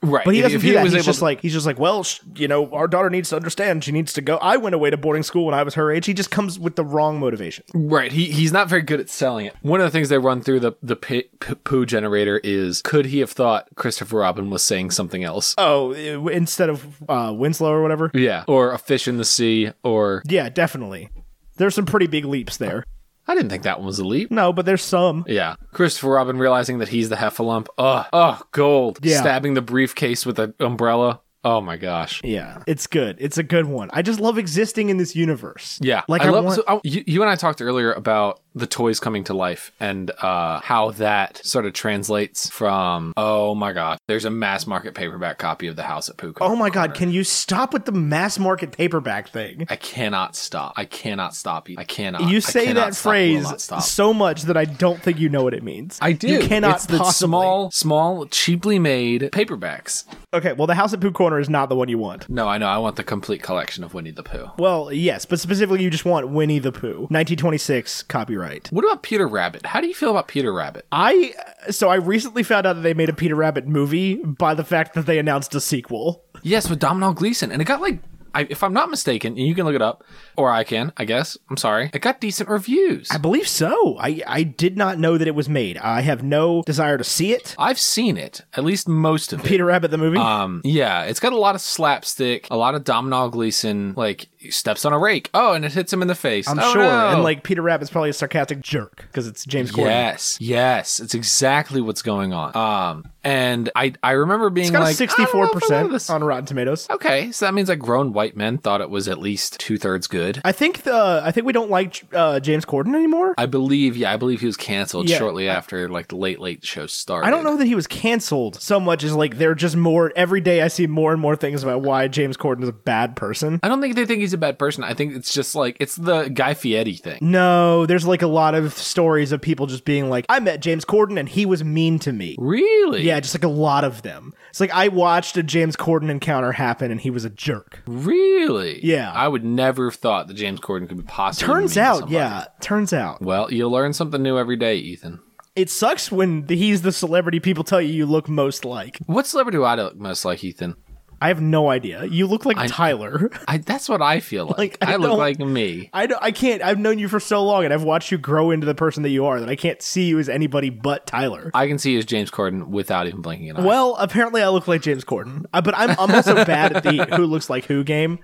Speaker 3: Right.
Speaker 4: But he doesn't
Speaker 3: Uh, if
Speaker 4: do that.
Speaker 3: was
Speaker 4: he's
Speaker 3: able
Speaker 4: just
Speaker 3: to-
Speaker 4: like, he's just like, well, sh- you know, our daughter needs to understand. She needs to go. I went away to boarding school when I was her age. He just comes with the wrong motivation.
Speaker 3: Right, he he's not very good at selling it. One of the things they run through the the pi- p- poo generator is could he have thought Christopher Robin was saying something else?
Speaker 4: Oh, i- w- instead of uh, Winslow or whatever.
Speaker 3: yeah, or a fish in the sea, or
Speaker 4: Yeah, definitely. There's some pretty big leaps there.
Speaker 3: I didn't think that one was a leap.
Speaker 4: No, but there's some.
Speaker 3: Yeah, Christopher Robin realizing that he's the heffalump. Oh, oh, gold.
Speaker 4: Yeah.
Speaker 3: stabbing the briefcase with an umbrella. Oh my gosh.
Speaker 4: Yeah, it's good. It's a good one. I just love existing in this universe.
Speaker 3: Yeah,
Speaker 4: like
Speaker 3: I,
Speaker 4: I,
Speaker 3: love.
Speaker 4: want-
Speaker 3: so I- you, you and I talked earlier about the toys coming to life and uh, how that sort of translates from. Oh my God, there's a mass market paperback copy of The House at Puka.
Speaker 4: Oh my god, can you stop with the mass market paperback thing?
Speaker 3: I cannot stop. I cannot stop you. I cannot. I
Speaker 4: You say
Speaker 3: cannot
Speaker 4: that
Speaker 3: stop, will
Speaker 4: phrase
Speaker 3: not stop.
Speaker 4: so much that I don't think you know what it means.
Speaker 3: I do.
Speaker 4: You cannot
Speaker 3: it's the
Speaker 4: possibly.
Speaker 3: small, small, cheaply made paperbacks.
Speaker 4: Okay, well, the house at Pooh Corner is not the one you want.
Speaker 3: No, I know. I want the complete collection of Winnie the Pooh.
Speaker 4: Well, yes, but specifically, you just want Winnie the Pooh, 1926 copyright.
Speaker 3: What about Peter Rabbit? How do you feel about Peter Rabbit? Uh,
Speaker 4: I so I recently found out that they made a Peter Rabbit movie by the fact that they announced a sequel.
Speaker 3: Yes, with Domhnall Gleeson, and it got like, I, if I'm not mistaken, and you can look it up, or I can, I guess. I'm sorry. It got decent reviews.
Speaker 4: I believe so. I I did not know that it was made. I have no desire to see it.
Speaker 3: I've seen it, at least most of it.
Speaker 4: Peter Rabbit the movie.
Speaker 3: Um, yeah, it's got a lot of slapstick, a lot of Domhnall Gleeson, like steps on a rake. Oh, and it hits him in the face.
Speaker 4: I'm
Speaker 3: Oh,
Speaker 4: sure.
Speaker 3: no.
Speaker 4: And like Peter Rabbit's probably a sarcastic jerk because it's James Corden.
Speaker 3: yes, yes, it's exactly what's going on. Um, and I I remember being
Speaker 4: It's got
Speaker 3: like
Speaker 4: a
Speaker 3: I don't know if I love
Speaker 4: 64%
Speaker 3: this.
Speaker 4: on Rotten Tomatoes.
Speaker 3: Okay, so that means like grown white men thought it was at least two thirds good.
Speaker 4: I think the I think we don't like uh, James Corden anymore.
Speaker 3: I believe, yeah, I believe he was canceled
Speaker 4: Yeah,
Speaker 3: shortly after like the late late show started.
Speaker 4: I don't know that he was canceled so much as like they're just more every day I see more and more things about why James Corden is a bad person.
Speaker 3: I don't think they think he's a bad person. I think it's just like it's the Guy Fieri thing.
Speaker 4: No, there's like a lot of stories of people just being like, I met James Corden and he was mean to me.
Speaker 3: Really?
Speaker 4: Yeah, just like a lot of them. It's like I watched a James Corden encounter happen and he was a jerk.
Speaker 3: Really?
Speaker 4: Yeah.
Speaker 3: I would never have thought that James Corden could be possible.
Speaker 4: Turns out, yeah, turns out.
Speaker 3: Well, you learn something new every day, Ethan.
Speaker 4: It sucks when the, he's the celebrity people tell you you look most like.
Speaker 3: What celebrity do I look most like, Ethan?
Speaker 4: I have no idea. You look like Tyler.
Speaker 3: I, that's what I feel like.
Speaker 4: Like,
Speaker 3: I,
Speaker 4: I
Speaker 3: look
Speaker 4: don't-
Speaker 3: like me.
Speaker 4: I, don't- I can't. I've known you for so long and I've watched you grow into the person that you are that I can't see you as anybody but Tyler.
Speaker 3: I can see you as James Corden without even blinking an eye.
Speaker 4: Well, apparently I look like James Corden, Uh, but I'm, I'm also bad at the who looks like who game.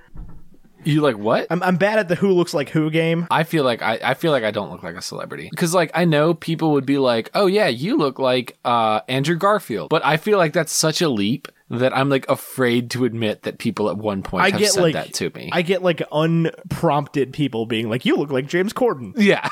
Speaker 3: You like what? i
Speaker 4: I'm, I'm bad at the who looks like who game.
Speaker 3: feel like I, I feel like I don't look like a celebrity because like I know people would be like, oh yeah, you look like uh, Andrew Garfield, but I feel like that's such a leap that I'm like afraid to admit that people at one point
Speaker 4: I
Speaker 3: have
Speaker 4: get
Speaker 3: said
Speaker 4: like
Speaker 3: that to me.
Speaker 4: I get like unprompted people being like, "You look like James Corden."
Speaker 3: Yeah.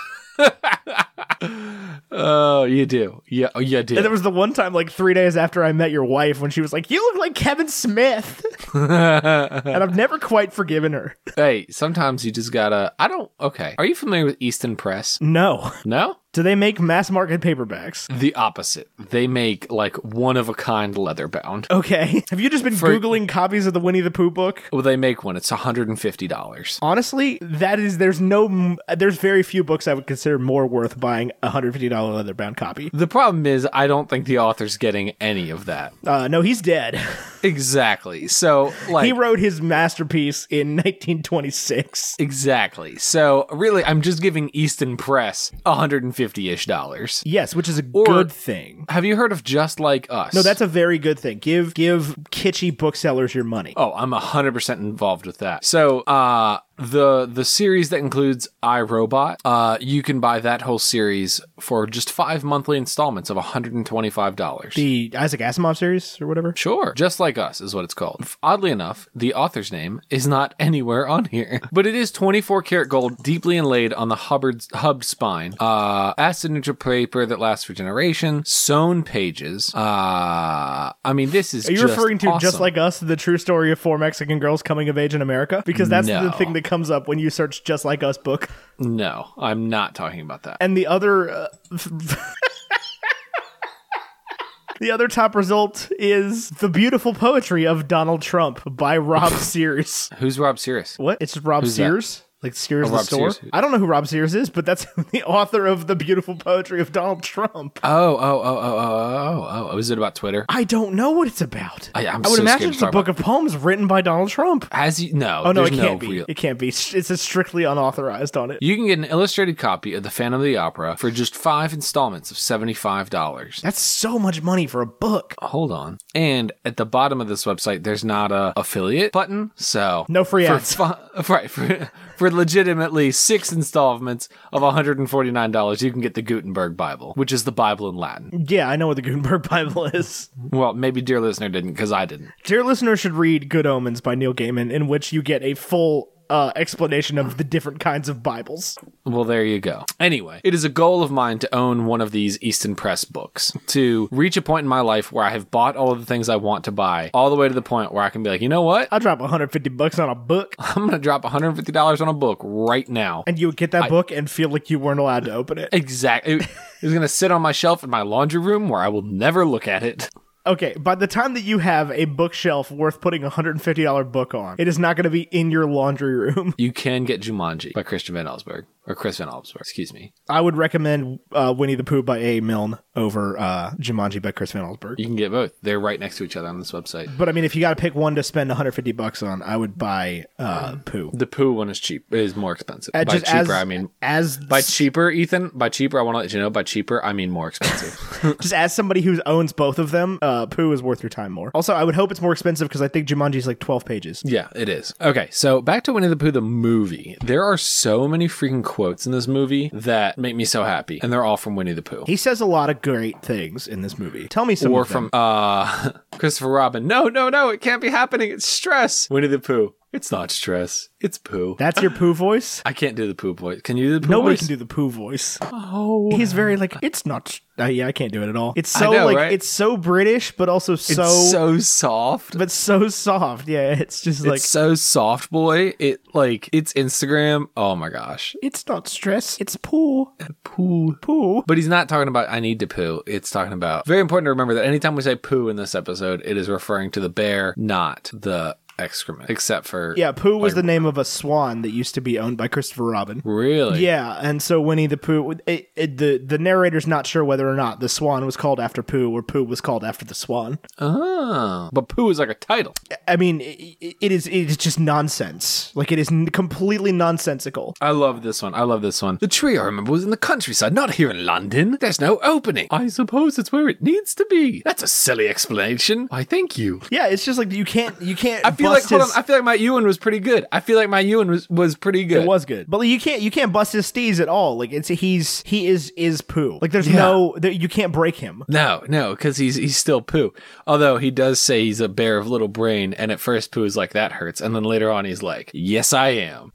Speaker 3: oh, you do. Yeah, oh, you do.
Speaker 4: And there was the one time, like three days after I met your wife, when she was like, "You look like Kevin Smith," and I've never quite forgiven her.
Speaker 3: hey, sometimes you just gotta. I don't. Okay. Are you familiar with Easton Press?
Speaker 4: No,
Speaker 3: No.
Speaker 4: do they make mass market paperbacks?
Speaker 3: The opposite. They make like one of a kind leather bound.
Speaker 4: Okay, have you just been
Speaker 3: For-
Speaker 4: googling copies of the Winnie the Pooh book?
Speaker 3: Well, they make one. It's hundred and fifty dollars.
Speaker 4: honestly that is there's no m- there's very few books i would consider more worth buying a $150 leather bound copy
Speaker 3: The problem is, I don't think the author's getting any of that.
Speaker 4: uh no he's dead
Speaker 3: Exactly. So, like,
Speaker 4: he wrote his masterpiece in 1926
Speaker 3: exactly. So, really, I'm just giving Easton Press hundred and fifty ish dollars.
Speaker 4: yes which is a good thing
Speaker 3: Have you heard of Just Like Us?
Speaker 4: no that's a very good thing give give kitschy booksellers your money
Speaker 3: Oh, I'm 100% involved with that. So, uh, the the series that includes iRobot, uh, you can buy that whole series for just five monthly installments of $125.
Speaker 4: The Isaac Asimov series or whatever.
Speaker 3: Sure. Just Like Us is what it's called. F- Oddly enough, the author's name is not anywhere on here, but it is 24 karat gold deeply inlaid on the Hubbard's hub spine. Uh, acid neutral paper that lasts for generation, sewn pages. Uh, I mean, this is
Speaker 4: Are you
Speaker 3: just
Speaker 4: referring to
Speaker 3: awesome.
Speaker 4: just like us, the true story of four Mexican girls coming of age in America? Because that's
Speaker 3: No.
Speaker 4: the thing that comes up when you search "just like us" book.
Speaker 3: No, I'm not talking about that.
Speaker 4: And the other, uh, the other top result is the beautiful poetry of Donald Trump by Rob Sears.
Speaker 3: Who's Rob Oh, Sears?
Speaker 4: What? It's Rob
Speaker 3: that? Oh,
Speaker 4: Sears. Like Sears the
Speaker 3: Rob
Speaker 4: store.
Speaker 3: Sears.
Speaker 4: I don't know who Rob Sears is, but that's the author of the beautiful poetry of Donald Trump.
Speaker 3: Oh, oh, oh, oh, oh, oh, oh. Is it about Twitter?
Speaker 4: I don't know what it's about.
Speaker 3: I- I'm
Speaker 4: would
Speaker 3: so
Speaker 4: imagine
Speaker 3: scared
Speaker 4: it's a
Speaker 3: to talk
Speaker 4: book of poems written by Donald Trump.
Speaker 3: Has he? No.
Speaker 4: Oh no, it
Speaker 3: there's
Speaker 4: can't be.
Speaker 3: real-
Speaker 4: It can't be. It's a strictly unauthorized on it.
Speaker 3: You can get an illustrated copy of The Phantom of the Opera for just five installments of $75.
Speaker 4: That's so much money for a book.
Speaker 3: Hold on. And at the bottom of this website, there's not a affiliate button, so
Speaker 4: No free
Speaker 3: for
Speaker 4: ads.
Speaker 3: fu- right for, for legitimately six installments of $149, you can get the Gutenberg Bible, which is the Bible in Latin.
Speaker 4: Yeah, I know what the Gutenberg Bible is.
Speaker 3: Well, maybe dear listener didn't because I didn't.
Speaker 4: Dear listener should read Good Omens by Neil Gaiman, in which you get a full uh, explanation of the different kinds of Bibles.
Speaker 3: Well, there you go. Anyway, it is a goal of mine to own one of these Easton Press books, to reach a point in my life where I have bought all of the things I want to buy, all the way to the point where I can be like, you know what?
Speaker 4: I'll drop 150 bucks on a book,
Speaker 3: I'm going to drop $150 on a book right now.
Speaker 4: and you would get that book and feel like you weren't allowed to open it.
Speaker 3: Exactly. It it was going to sit on my shelf in my laundry room where I will never look at it.
Speaker 4: Okay, by the time that you have a bookshelf worth putting a $150 book on, it is not going to be in your laundry room.
Speaker 3: You can get Jumanji by Christian Van Allsburg, or Chris Van Allsburg, excuse me.
Speaker 4: I would recommend uh, Winnie the Pooh by A. Milne over uh, Jumanji by Chris Van Allsburg.
Speaker 3: You can get both. They're right next to each other on this website.
Speaker 4: But I mean, if you got to pick one to spend 150 bucks on, I would buy uh, Pooh.
Speaker 3: The poo one is cheap. Is more expensive.
Speaker 4: Uh,
Speaker 3: by
Speaker 4: just
Speaker 3: Mm. cheaper,
Speaker 4: as-
Speaker 3: I mean
Speaker 4: as
Speaker 3: by cheaper, Ethan. By cheaper, I want to let you know. By cheaper, I mean more expensive.
Speaker 4: just as somebody who owns both of them, uh, Pooh is worth your time more. Also, I would hope it's more expensive because I think Jumanji's like 12 pages.
Speaker 3: Yeah, it is. Okay, so back to Winnie the Pooh the movie. There are so many freaking quotes in this movie that make me so happy, and they're all from Winnie the Pooh.
Speaker 4: He says a lot of great things in this movie. Tell me some
Speaker 3: or
Speaker 4: of them.
Speaker 3: from uh Christopher Robin. No, no, no, it can't be happening. It's stress. Winnie the Pooh. It's not stress. It's poo.
Speaker 4: That's your Pooh voice.
Speaker 3: I can't do the poo voice. Can you do the poo
Speaker 4: Nobody
Speaker 3: voice?
Speaker 4: can do the Pooh voice.
Speaker 3: Oh.
Speaker 4: He's very like it's not. Uh, yeah, I can't do it at all. It's
Speaker 3: I
Speaker 4: so
Speaker 3: know,
Speaker 4: like
Speaker 3: right?
Speaker 4: it's so British, but also so,
Speaker 3: it's so soft.
Speaker 4: but so soft. Yeah, it's just like
Speaker 3: it's so soft, boy. It like it's Instagram. Oh my gosh.
Speaker 4: it's not stress. It's Pooh.
Speaker 3: Poo.
Speaker 4: Pooh.
Speaker 3: But he's not talking about I need to poo. It's talking about very important to remember that anytime we say poo in this episode, it is referring to the bear, not the excrement. Except for
Speaker 4: Yeah, Pooh was the name of a swan that used to be owned by Christopher Robin.
Speaker 3: really
Speaker 4: Yeah, and so Winnie the Pooh, it, it, the the narrator's not sure whether or not the swan was called after Pooh or Pooh was called after the swan.
Speaker 3: Oh, but poo is like a title.
Speaker 4: I mean, it, it is it is just nonsense. Like it is n- completely nonsensical.
Speaker 3: I love this one. I love this one. The tree I remember was in the countryside, not here in London. There's no opening. I suppose it's where it needs to be. That's a silly explanation. Why, thank you.
Speaker 4: Yeah, it's just like you can't you can't.
Speaker 3: I feel like
Speaker 4: bust
Speaker 3: hold on.
Speaker 4: his-
Speaker 3: I feel like my Ewan was pretty good. I feel like my Ewan was was pretty good.
Speaker 4: it was good, but like, you can't you can't bust his steez at all. Like it's he's he is is Pooh. Like there's no there, you can't break him.
Speaker 3: No, no, because he's he's still poo. Although he does say he's a bear of little brain, and at first poo is like that hurts, and then later on he's like, "Yes, I am."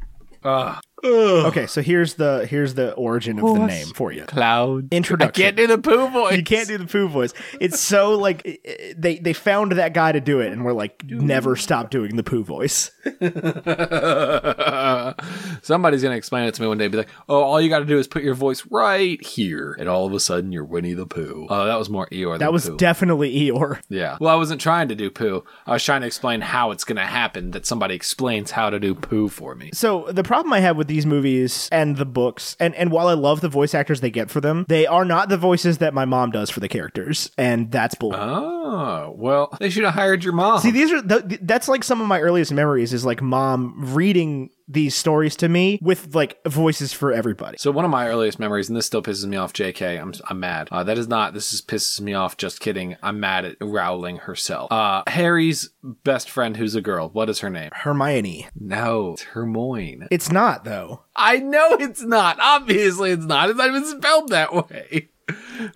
Speaker 4: Okay, so here's the here's the origin of the name for you.
Speaker 3: Cloud
Speaker 4: Introduction.
Speaker 3: I can't do the poo voice.
Speaker 4: You can't do the poo voice. It's so like i- i- they they found that guy to do it, and we're like, never stop doing the poo voice.
Speaker 3: Somebody's gonna explain it to me one day. Be like, "Oh, all you got to do is put your voice right here, and all of a sudden you're Winnie the Pooh." Oh, that was more Eeyore. Than
Speaker 4: That was
Speaker 3: poo.
Speaker 4: definitely Eeyore.
Speaker 3: yeah. Well, I wasn't trying to do poo. I was trying to explain how it's gonna happen. That somebody explains how to do poo for me.
Speaker 4: So the problem I have with these movies and the books, and and while I love the voice actors they get for them, they are not the voices that my mom does for the characters, and that's bull.
Speaker 3: Oh well, they should have hired your mom.
Speaker 4: See, these are th- th- that's like some of my earliest memories is like mom reading these stories to me with like voices for everybody.
Speaker 3: So one of my earliest memories, and this still pisses me off, JK. I'm I'm mad. Uh, that is not. This is pisses me off. Just kidding. I'm mad at Rowling herself. Uh, Harry's best friend, who's a girl. What is her name?
Speaker 4: Hermione.
Speaker 3: No, it's Hermione.
Speaker 4: It's not though.
Speaker 3: I know it's not. Obviously, it's not. It's not even spelled that way.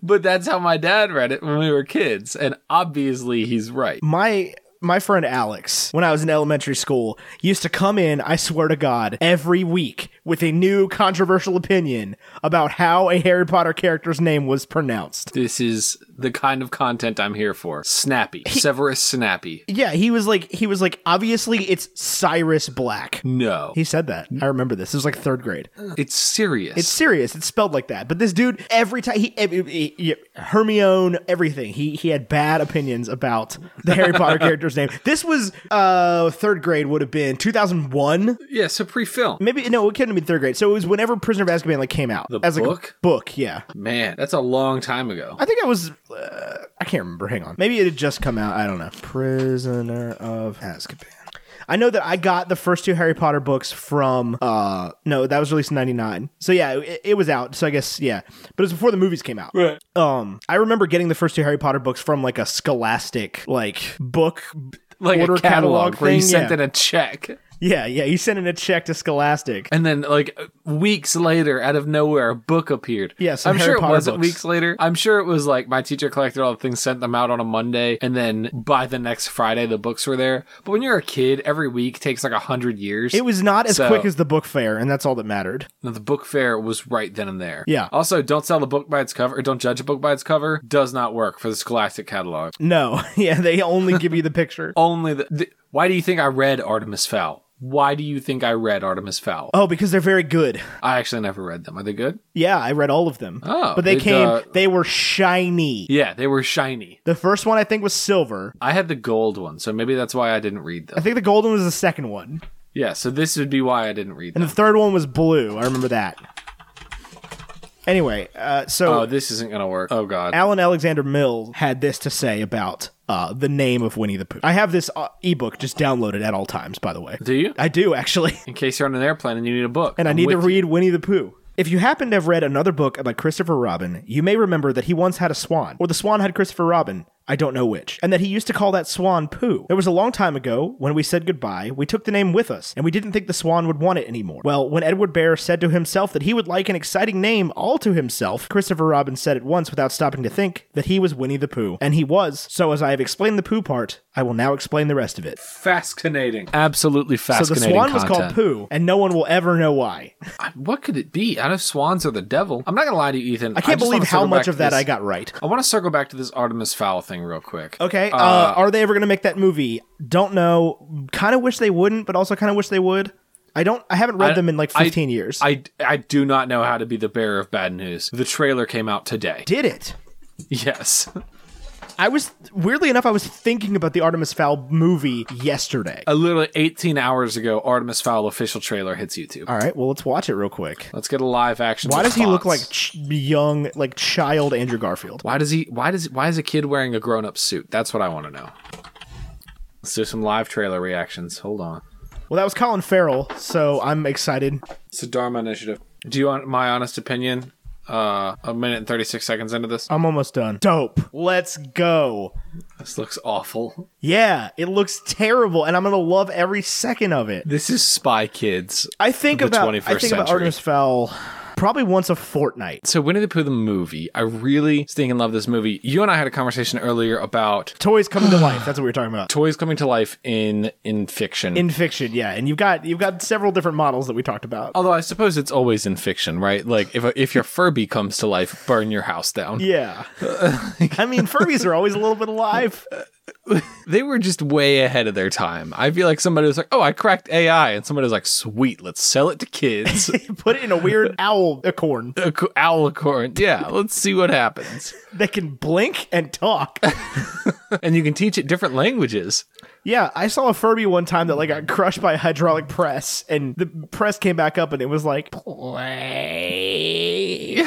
Speaker 3: But that's how my dad read it when we were kids, and obviously he's right.
Speaker 4: My my friend Alex, when I was in elementary school, used to come in, I swear to God, every week with a new controversial opinion about how a Harry Potter character's name was pronounced.
Speaker 3: This is the kind of content I'm here for. Snappy. Severus Snappy.
Speaker 4: Yeah, he was like he was like obviously it's Cyrus Black.
Speaker 3: No.
Speaker 4: He said that. I remember this. It was like 3rd grade.
Speaker 3: It's serious.
Speaker 4: It's serious. It's spelled like that. But this dude, every time he, ev- he- he- Hermione, everything. He he had bad opinions about the Harry Potter character's name. This was uh third grade would have been 2001.
Speaker 3: yeah, so pre-film.
Speaker 4: Maybe no, it couldn't have been third grade. So it was whenever Prisoner of Azkaban like came out
Speaker 3: The
Speaker 4: as like
Speaker 3: book?
Speaker 4: a book. Yeah,
Speaker 3: Man, that's a long time ago.
Speaker 4: I think I was. Uh, I can't remember. Hang on. Maybe it had just come out. I don't know. Prisoner of Azkaban. I know that I got the first two Harry Potter books from. uh No, that was released in '99. So yeah, it, it was out. So I guess yeah, but it was before the movies came out.
Speaker 3: Right.
Speaker 4: Um, I remember getting the first two Harry Potter books from like a Scholastic like book
Speaker 3: Like
Speaker 4: order
Speaker 3: a catalog, where you
Speaker 4: thing.
Speaker 3: sent
Speaker 4: yeah.
Speaker 3: in a check.
Speaker 4: yeah, yeah. You sent in a check to Scholastic.
Speaker 3: And then, like, weeks later, out of nowhere, a book appeared.
Speaker 4: Yeah, some
Speaker 3: I'm
Speaker 4: Harry
Speaker 3: sure
Speaker 4: Potter
Speaker 3: it wasn't
Speaker 4: books.
Speaker 3: weeks later. I'm sure it was like my teacher collected all the things, sent them out on a Monday, and then by the next Friday, the books were there. But when you're a kid, every week takes like a hundred years.
Speaker 4: It was not as
Speaker 3: So-
Speaker 4: quick as the book fair, and that's all that mattered.
Speaker 3: Now, the book fair was right then and there.
Speaker 4: Yeah.
Speaker 3: Also, don't sell the book by its cover, or don't judge a book by its cover, does not work for the Scholastic catalog.
Speaker 4: No, yeah, they only give you the picture.
Speaker 3: Only the. the why do you think I read Artemis Fowl? Why do you think I read Artemis Fowl?
Speaker 4: Oh, because they're very good.
Speaker 3: I actually never read them. Are they good?
Speaker 4: Yeah, I read all of them.
Speaker 3: Oh,
Speaker 4: but they
Speaker 3: it,
Speaker 4: came.
Speaker 3: uh,
Speaker 4: they were shiny.
Speaker 3: Yeah, they were shiny.
Speaker 4: The first one I think was silver.
Speaker 3: I had the gold one, so maybe that's why I didn't read
Speaker 4: I
Speaker 3: them.
Speaker 4: think the golden was the second one,
Speaker 3: Yeah, so this would be why I didn't read
Speaker 4: and
Speaker 3: them.
Speaker 4: the third one was blue. I remember that. Anyway, uh, so
Speaker 3: Oh, this isn't going to work. Oh, God.
Speaker 4: Alan Alexander Mills had this to say about uh, the name of Winnie the Pooh. I have this uh, ebook just downloaded at all times. By the way,
Speaker 3: Do you?
Speaker 4: I do actually.
Speaker 3: In case you're on an airplane and you need a book.
Speaker 4: and I
Speaker 3: I'm
Speaker 4: need to
Speaker 3: with you.
Speaker 4: read Winnie the Pooh. If you happen to have read another book about Christopher Robin, you may remember that he once had a swan, or the swan had Christopher Robin. I don't know which. And that he used to call that swan Pooh. There was a long time ago, when we said goodbye, we took the name with us, and we didn't think the swan would want it anymore. Well, when Edward Bear said to himself that he would like an exciting name all to himself, Christopher Robin said at once without stopping to think that he was Winnie the Pooh. And he was, so as I have explained the Pooh part, I will now explain the rest of it.
Speaker 3: Fascinating. Absolutely
Speaker 4: So
Speaker 3: fascinating.
Speaker 4: the swan was
Speaker 3: content.
Speaker 4: called Pooh, and no one will ever know why.
Speaker 3: I- What could it be? I know swans are the devil. I'm not gonna lie to you, Ethan.
Speaker 4: I can't believe how much of that I
Speaker 3: I
Speaker 4: got right.
Speaker 3: I want to circle back to this Artemis Fowl thing real quick.
Speaker 4: Okay. Uh,
Speaker 3: Uh,
Speaker 4: are they ever going to make that movie? Don't know. Kind of wish they wouldn't, but also kind of wish they would. I don't. I haven't read
Speaker 3: I-
Speaker 4: them in like
Speaker 3: I-
Speaker 4: fifteen years.
Speaker 3: I I do not know how to be the bearer of bad news. The trailer came out today.
Speaker 4: did it.
Speaker 3: Yes.
Speaker 4: I was weirdly enough. I was thinking about the Artemis Fowl movie yesterday.
Speaker 3: A literally 18 hours ago, Artemis Fowl official trailer hits YouTube.
Speaker 4: All right. Well, let's watch it real quick.
Speaker 3: Let's get a live action.
Speaker 4: Why does he look like
Speaker 3: response.
Speaker 4: ch- young, like child Andrew Garfield?
Speaker 3: Why does he? Why does? Why is a kid wearing a grown up suit? That's what I want to know. Let's do some live trailer reactions. Hold on.
Speaker 4: Well, that was Colin Farrell, so I'm excited.
Speaker 3: It's a Dharma initiative. Do you want my honest opinion? Uh, a minute and 36 seconds into this.
Speaker 4: I'm almost done. Dope. Let's go.
Speaker 3: This looks awful.
Speaker 4: Yeah, it looks terrible, and I'm gonna love every second of it.
Speaker 3: This is Spy Kids.
Speaker 4: I think
Speaker 3: the
Speaker 4: about
Speaker 3: 21st
Speaker 4: I think about
Speaker 3: century.
Speaker 4: Artemis Fowl probably once a fortnight.
Speaker 3: So Winnie the Pooh the movie, I really stinking love this movie. You and I had a conversation earlier about
Speaker 4: Toys coming to life. That's what we were talking about
Speaker 3: toys coming to life in in fiction.
Speaker 4: in fiction. Yeah, and you've got you've got several different models that we talked about.
Speaker 3: Although I suppose it's always in fiction, right? Like if if your Furby comes to life, burn your house down.
Speaker 4: Yeah, I mean Furbies are always a little bit alive.
Speaker 3: They were just way ahead of their time. I feel like somebody was like, "Oh, I cracked AI," and somebody was like, "Sweet, let's sell it to kids."
Speaker 4: Put it in a weird owl acorn
Speaker 3: A co- Alicorn, yeah, let's see what happens.
Speaker 4: that can blink and talk.
Speaker 3: And you can teach it different languages.
Speaker 4: Yeah, I saw a Furby one time that like got crushed by a hydraulic press, and the press came back up, and it was like play.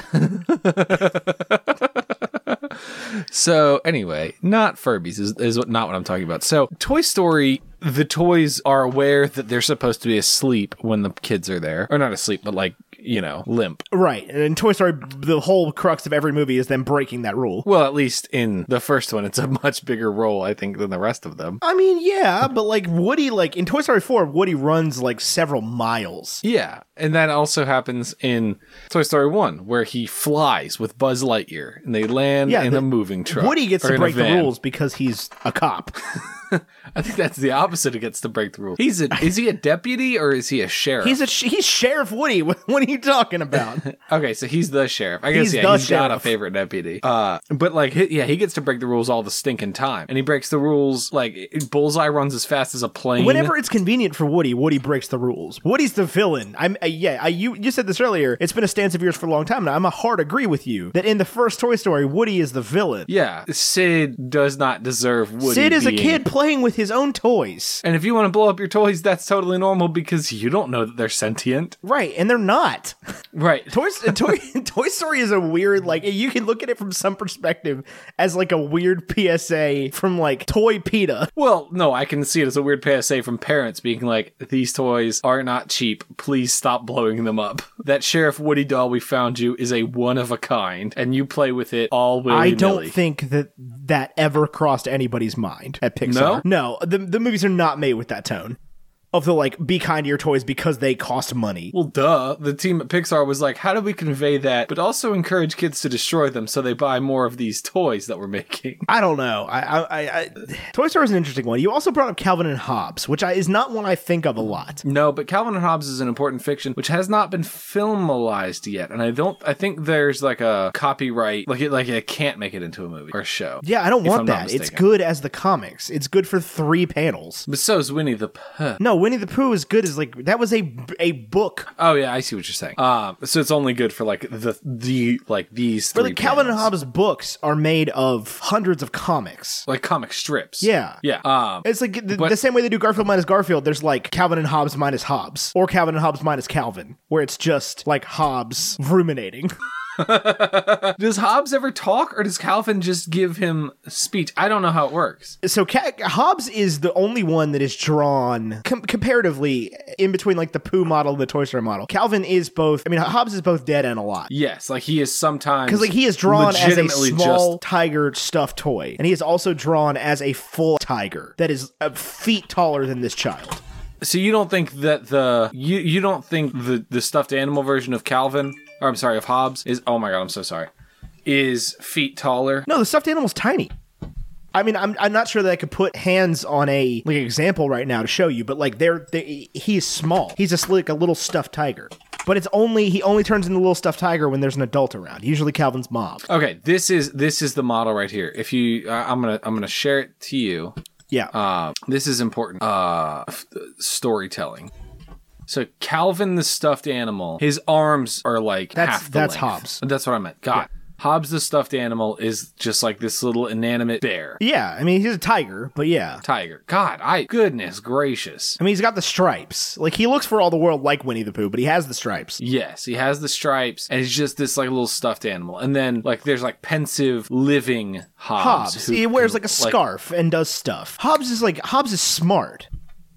Speaker 3: So anyway, not Furbies is, is what- not what I'm talking about. So Toy Story, the toys are aware that they're supposed to be asleep when the kids are there, or not asleep, but like you know, limp.
Speaker 4: Right. And in Toy Story, the whole crux of every movie is them breaking that rule.
Speaker 3: Well, at least in the first one, it's a much bigger role, I think, than the rest of them.
Speaker 4: I mean, yeah, but like Woody, like in Toy Story 4, Woody runs like several miles.
Speaker 3: Yeah, and that also happens in Toy Story One, where he flies with Buzz Lightyear, and they land
Speaker 4: Yeah,
Speaker 3: in
Speaker 4: the-
Speaker 3: a moving truck.
Speaker 4: Woody gets
Speaker 3: or
Speaker 4: to
Speaker 3: in a
Speaker 4: break the
Speaker 3: van.
Speaker 4: rules because he's a cop.
Speaker 3: I think that's the opposite. It gets to break the rules. He's a, is he a deputy or is he a sheriff?
Speaker 4: He's a sh- he's Sheriff Woody. What are you talking about?
Speaker 3: Okay, so he's the sheriff. I guess
Speaker 4: He's
Speaker 3: yeah,
Speaker 4: the
Speaker 3: he's got a
Speaker 4: sheriff.
Speaker 3: favorite deputy. Uh, but like, he, yeah, he gets to break the rules all the stinking time, and he breaks the rules like Bullseye runs as fast as a plane.
Speaker 4: Whenever it's convenient for Woody, Woody breaks the rules. Woody's the villain. I'm uh, yeah. I, you you said this earlier. It's been a stance of yours for a long time, and I'm a hard agree with you that in the first Toy Story, Woody is the villain.
Speaker 3: yeah, Sid does not deserve Woody.
Speaker 4: Sid is a
Speaker 3: being-
Speaker 4: kid playing with his own toys.
Speaker 3: and if you want to blow up your toys, that's totally normal because you don't know that they're sentient,
Speaker 4: Right, and they're not.
Speaker 3: right?
Speaker 4: Toy, Toy, Toy Story is a weird, like, you can look at it from some perspective as, like, a weird PSA from, like, Toy PETA.
Speaker 3: Well, no, I can see it as a weird PSA from parents being like, "These toys are not cheap. Please stop blowing them up." That Sheriff Woody doll we found you is a one of a kind, and you play with it all willy
Speaker 4: I don't think that that ever crossed anybody's mind at Pixar. No, the, the movies are not made with that tone of the, like, be kind to your toys because they cost money.
Speaker 3: Well, duh. The team at Pixar was like, how do we convey that, but also encourage kids to destroy them so they buy more of these toys that we're making?
Speaker 4: I don't know. I, I, I, I Toy Story is an interesting one. You also brought up Calvin and Hobbes, which I, is not one I think of a lot.
Speaker 3: No, but Calvin and Hobbes is an important fiction which has not been filmalized yet, and I don't. I think there's like a copyright, like it, like it can't make it into a movie or a show.
Speaker 4: Yeah, I don't
Speaker 3: If
Speaker 4: want
Speaker 3: I'm not
Speaker 4: that. It's
Speaker 3: mistaken.
Speaker 4: good as the comics. It's good for three panels.
Speaker 3: But so's Winnie the Pooh.
Speaker 4: No, Winnie the Pooh is good as like that was a a book.
Speaker 3: Oh yeah, I see what you're saying. Um, so it's only good for like the the like these.
Speaker 4: But
Speaker 3: Three
Speaker 4: like Calvin and
Speaker 3: panels.
Speaker 4: Hobbes books are made of hundreds of comics.
Speaker 3: like comic strips.
Speaker 4: Yeah.
Speaker 3: yeah. Um,
Speaker 4: It's like the,
Speaker 3: But-
Speaker 4: the same way they do Garfield minus Garfield. There's like Calvin and Hobbes minus Hobbes, or Calvin and Hobbes minus Calvin, where it's just like Hobbes ruminating.
Speaker 3: Does Hobbes ever talk, or does Calvin just give him speech? I don't know how it works.
Speaker 4: so Ca- Hobbes is the only one that is drawn com- comparatively in between like the Pooh model and the Toy Story model. Calvin is both. I mean, Hobbes is both dead and alive.
Speaker 3: Yes, like he is sometimes
Speaker 4: Because like he is drawn as a
Speaker 3: legitimately
Speaker 4: small
Speaker 3: just-
Speaker 4: tiger stuffed toy, and he is also drawn as a full tiger that is a feet taller than this child.
Speaker 3: so you don't think that the you you don't think the the stuffed animal version of Calvin, or I'm sorry, of Hobbes is. Oh my god, I'm so sorry. Is feet taller?
Speaker 4: No, the stuffed animal's tiny. I mean, I'm, I'm not sure that I could put hands on a like example right now to show you, but like they're they, he's small. He's just like a little stuffed tiger. But it's only he only turns into a little stuffed tiger when there's an adult around, usually Calvin's mom.
Speaker 3: Okay, this is this is the model right here. If you, I I'm gonna I'm gonna share it to you.
Speaker 4: Yeah.
Speaker 3: Uh, this is important uh, f- storytelling. So Calvin the stuffed animal, his arms are like
Speaker 4: That's-
Speaker 3: half the
Speaker 4: that's
Speaker 3: length.
Speaker 4: Hobbes.
Speaker 3: That's what I meant. God, Hobbes the stuffed animal is just like this little inanimate bear,
Speaker 4: yeah, I mean he's a tiger, but yeah.
Speaker 3: tiger. God, I goodness gracious.
Speaker 4: I mean he's got the stripes. Like he looks for all the world like Winnie the Pooh, but he has the stripes.
Speaker 3: Yes, he has the stripes, and he's just this like little stuffed animal. And then like there's like pensive living Hobbes.
Speaker 4: Hobbs.
Speaker 3: who
Speaker 4: He wears
Speaker 3: can,
Speaker 4: like a scarf and does stuff. Hobbs is like Hobbs is smart.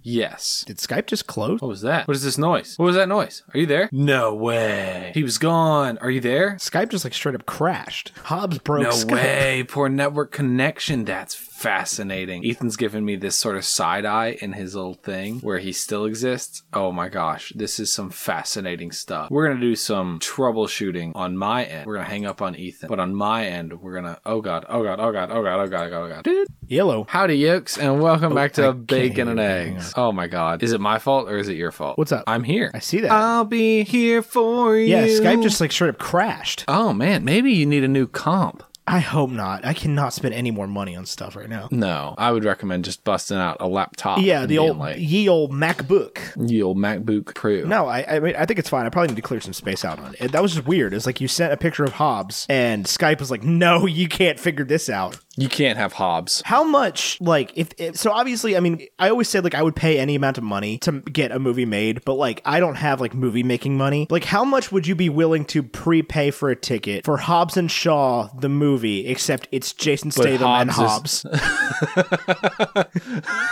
Speaker 3: yes.
Speaker 4: Did Skype just close?
Speaker 3: What was that? What is this noise? What was that noise? Are you there? No way. He was gone. Are you there?
Speaker 4: Skype just like straight up crashed. Hobbs broke
Speaker 3: No
Speaker 4: Skype.
Speaker 3: way, poor network connection. That's fascinating. Ethan's giving me this sort of side eye in his little thing where he still exists. Oh my gosh, this is some fascinating stuff. We're gonna do some troubleshooting on my end. We're gonna hang up on Ethan, but on my end, we're gonna. Oh god, oh god, oh god, oh god, oh god, oh god, oh god. Dude.
Speaker 4: Yellow.
Speaker 3: Howdy, yokes, and welcome back to
Speaker 4: Oh, I
Speaker 3: Bacon
Speaker 4: can't
Speaker 3: and Eggs. Oh my god, is it my fault or is it your fault?
Speaker 4: What's up?
Speaker 3: I'm here.
Speaker 4: I see that.
Speaker 3: I'll be here for
Speaker 4: Yeah,
Speaker 3: you.
Speaker 4: Skype just like straight up crashed.
Speaker 3: Oh man, maybe you need a new comp.
Speaker 4: I hope not. I cannot spend any more money on stuff right now.
Speaker 3: No, I would recommend just busting out a laptop.
Speaker 4: Yeah,
Speaker 3: and
Speaker 4: the
Speaker 3: being
Speaker 4: old
Speaker 3: like
Speaker 4: ye old MacBook.
Speaker 3: the old MacBook Pro.
Speaker 4: No, I I, mean, I think it's fine. I probably need to clear some space out on it. That was just weird. It's like you sent a picture of Hobbs and Skype was like, "No, you can't figure this out."
Speaker 3: You can't have Hobbs.
Speaker 4: How much, like, if, if so? Obviously, I mean, I always said like I would pay any amount of money to get a movie made, but like I don't have like movie making money. Like, how much would you be willing to prepay for a ticket for Hobbs and Shaw the movie, except it's Jason Statham and
Speaker 3: Hobbs
Speaker 4: Hobbs.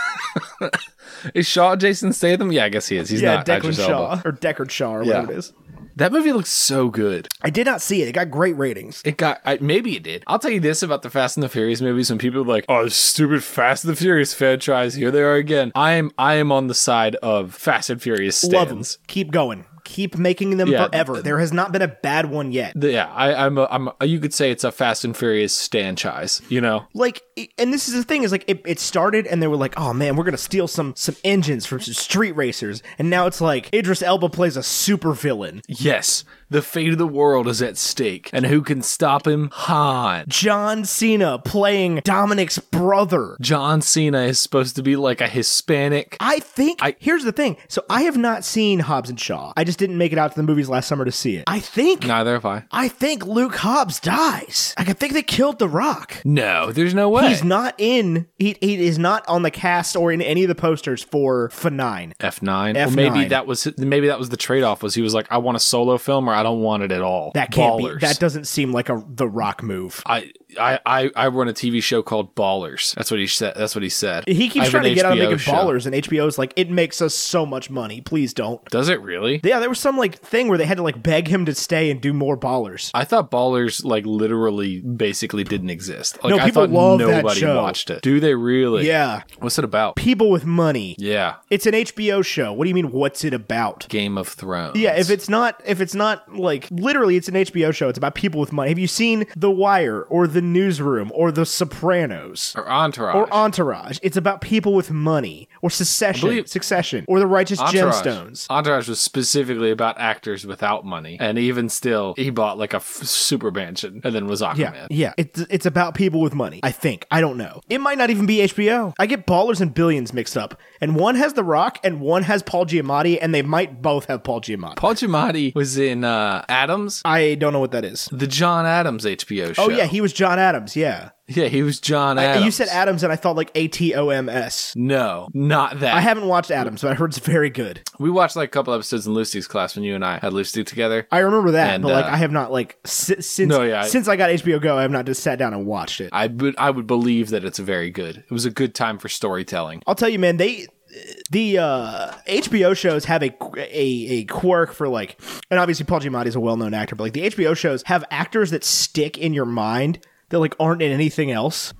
Speaker 3: Is Shaw Jason Statham? Yeah, I guess he is. He's
Speaker 4: yeah,
Speaker 3: not
Speaker 4: Declan
Speaker 3: Idris Elba.
Speaker 4: Shaw or Deckard Shaw or
Speaker 3: Yeah.
Speaker 4: whatever it is.
Speaker 3: That movie looks so good.
Speaker 4: I did not see it. It got great ratings.
Speaker 3: It got I, maybe it did. I'll tell you this about the Fast and the Furious movies when people are like, "Oh, stupid Fast and the Furious franchise, here they are again." I am I am on the side of Fast and Furious
Speaker 4: Love them.
Speaker 3: stands.
Speaker 4: Keep going. Keep making them
Speaker 3: Yeah.
Speaker 4: forever. There has not been a bad one yet.
Speaker 3: The- Yeah, I, I'm. A, I'm. A, you could say it's a Fast and Furious franchise. You know,
Speaker 4: like it- and this is the thing is like it, it started and they were like oh man we're gonna steal some some engines from some street racers and now it's like idris elba plays a super villain
Speaker 3: yes, the fate of the world is at stake, and who can stop him? Han.
Speaker 4: john cena playing dominic's brother
Speaker 3: John Cena is supposed to be like a Hispanic.
Speaker 4: I think
Speaker 3: I-
Speaker 4: here's the thing. So I have not seen Hobbs and Shaw. I just didn't make it out to the movies last summer to see it. I think
Speaker 3: Neither have I.
Speaker 4: I think Luke Hobbs dies. Like, I think they killed The Rock.
Speaker 3: No, there's no way.
Speaker 4: He's not in. He he is not on the cast or in any of the posters for F9.
Speaker 3: F9. Or
Speaker 4: F9.
Speaker 3: maybe that was maybe that was the trade-off was he was like I want a solo film or I don't want it at all.
Speaker 4: That can't
Speaker 3: Ballers.
Speaker 4: be. That doesn't seem like a The Rock move.
Speaker 3: I, I I I run a TV show called Ballers. That's what he said. That's what he said.
Speaker 4: He
Speaker 3: I
Speaker 4: keeps
Speaker 3: have
Speaker 4: trying
Speaker 3: an
Speaker 4: to get out of
Speaker 3: HBO
Speaker 4: making
Speaker 3: show.
Speaker 4: ballers, and HBO's like, it makes us so much money. Please don't.
Speaker 3: Does it really?
Speaker 4: Yeah, there was some like thing where they had to like beg him to stay and do more ballers.
Speaker 3: I thought Ballers like literally basically didn't exist. Like
Speaker 4: No,
Speaker 3: I
Speaker 4: people
Speaker 3: thought
Speaker 4: love that
Speaker 3: nobody
Speaker 4: show.
Speaker 3: watched it. Do they really?
Speaker 4: Yeah,
Speaker 3: What's it about?
Speaker 4: people with money.
Speaker 3: Yeah.
Speaker 4: It's an HBO show. What do you mean? What's it about?
Speaker 3: Game of Thrones.
Speaker 4: Yeah, if it's not, if it's not like literally, it's an HBO show. It's about people with money. Have you seen The Wire or The Newsroom or The Sopranos?
Speaker 3: or Entourage.
Speaker 4: or Entourage. It's about people with money, or Succession,
Speaker 3: believe-
Speaker 4: Succession, or the Righteous
Speaker 3: Entourage.
Speaker 4: Gemstones.
Speaker 3: Entourage was specifically about actors without money, and even still, he bought like a f- super mansion and then was Aquaman.
Speaker 4: Yeah, yeah. It's it's about people with money. I think. I don't know. It might not even be HBO. I get Ballers and Billions mixed up, and one has The Rock, and one has Paul Giamatti, and they might both have Paul Giamatti.
Speaker 3: Paul Giamatti was in uh, Adams,
Speaker 4: I don't know what that is.
Speaker 3: the John Adams HBO show.
Speaker 4: Oh yeah, he was John Adams. Yeah,
Speaker 3: yeah, he was John Adams.
Speaker 4: you said Adams, and I thought like A T O M S.
Speaker 3: no, not that.
Speaker 4: I haven't watched Adams, but I heard it's very good.
Speaker 3: we watched like a couple episodes in Lucy's class when you and I had Lucy together.
Speaker 4: I remember that,
Speaker 3: And,
Speaker 4: but like
Speaker 3: uh,
Speaker 4: I have not like si- since
Speaker 3: No, yeah, I-
Speaker 4: since I got HBO Go, I have not just sat down and watched it.
Speaker 3: I would I would believe that it's very good. It was a good time for storytelling.
Speaker 4: I'll tell you, man. They the uh, HBO shows have a, a a quirk for like, and obviously Paul Giamatti is a well known actor, but like the HBO shows have actors that stick in your mind that like aren't in anything else.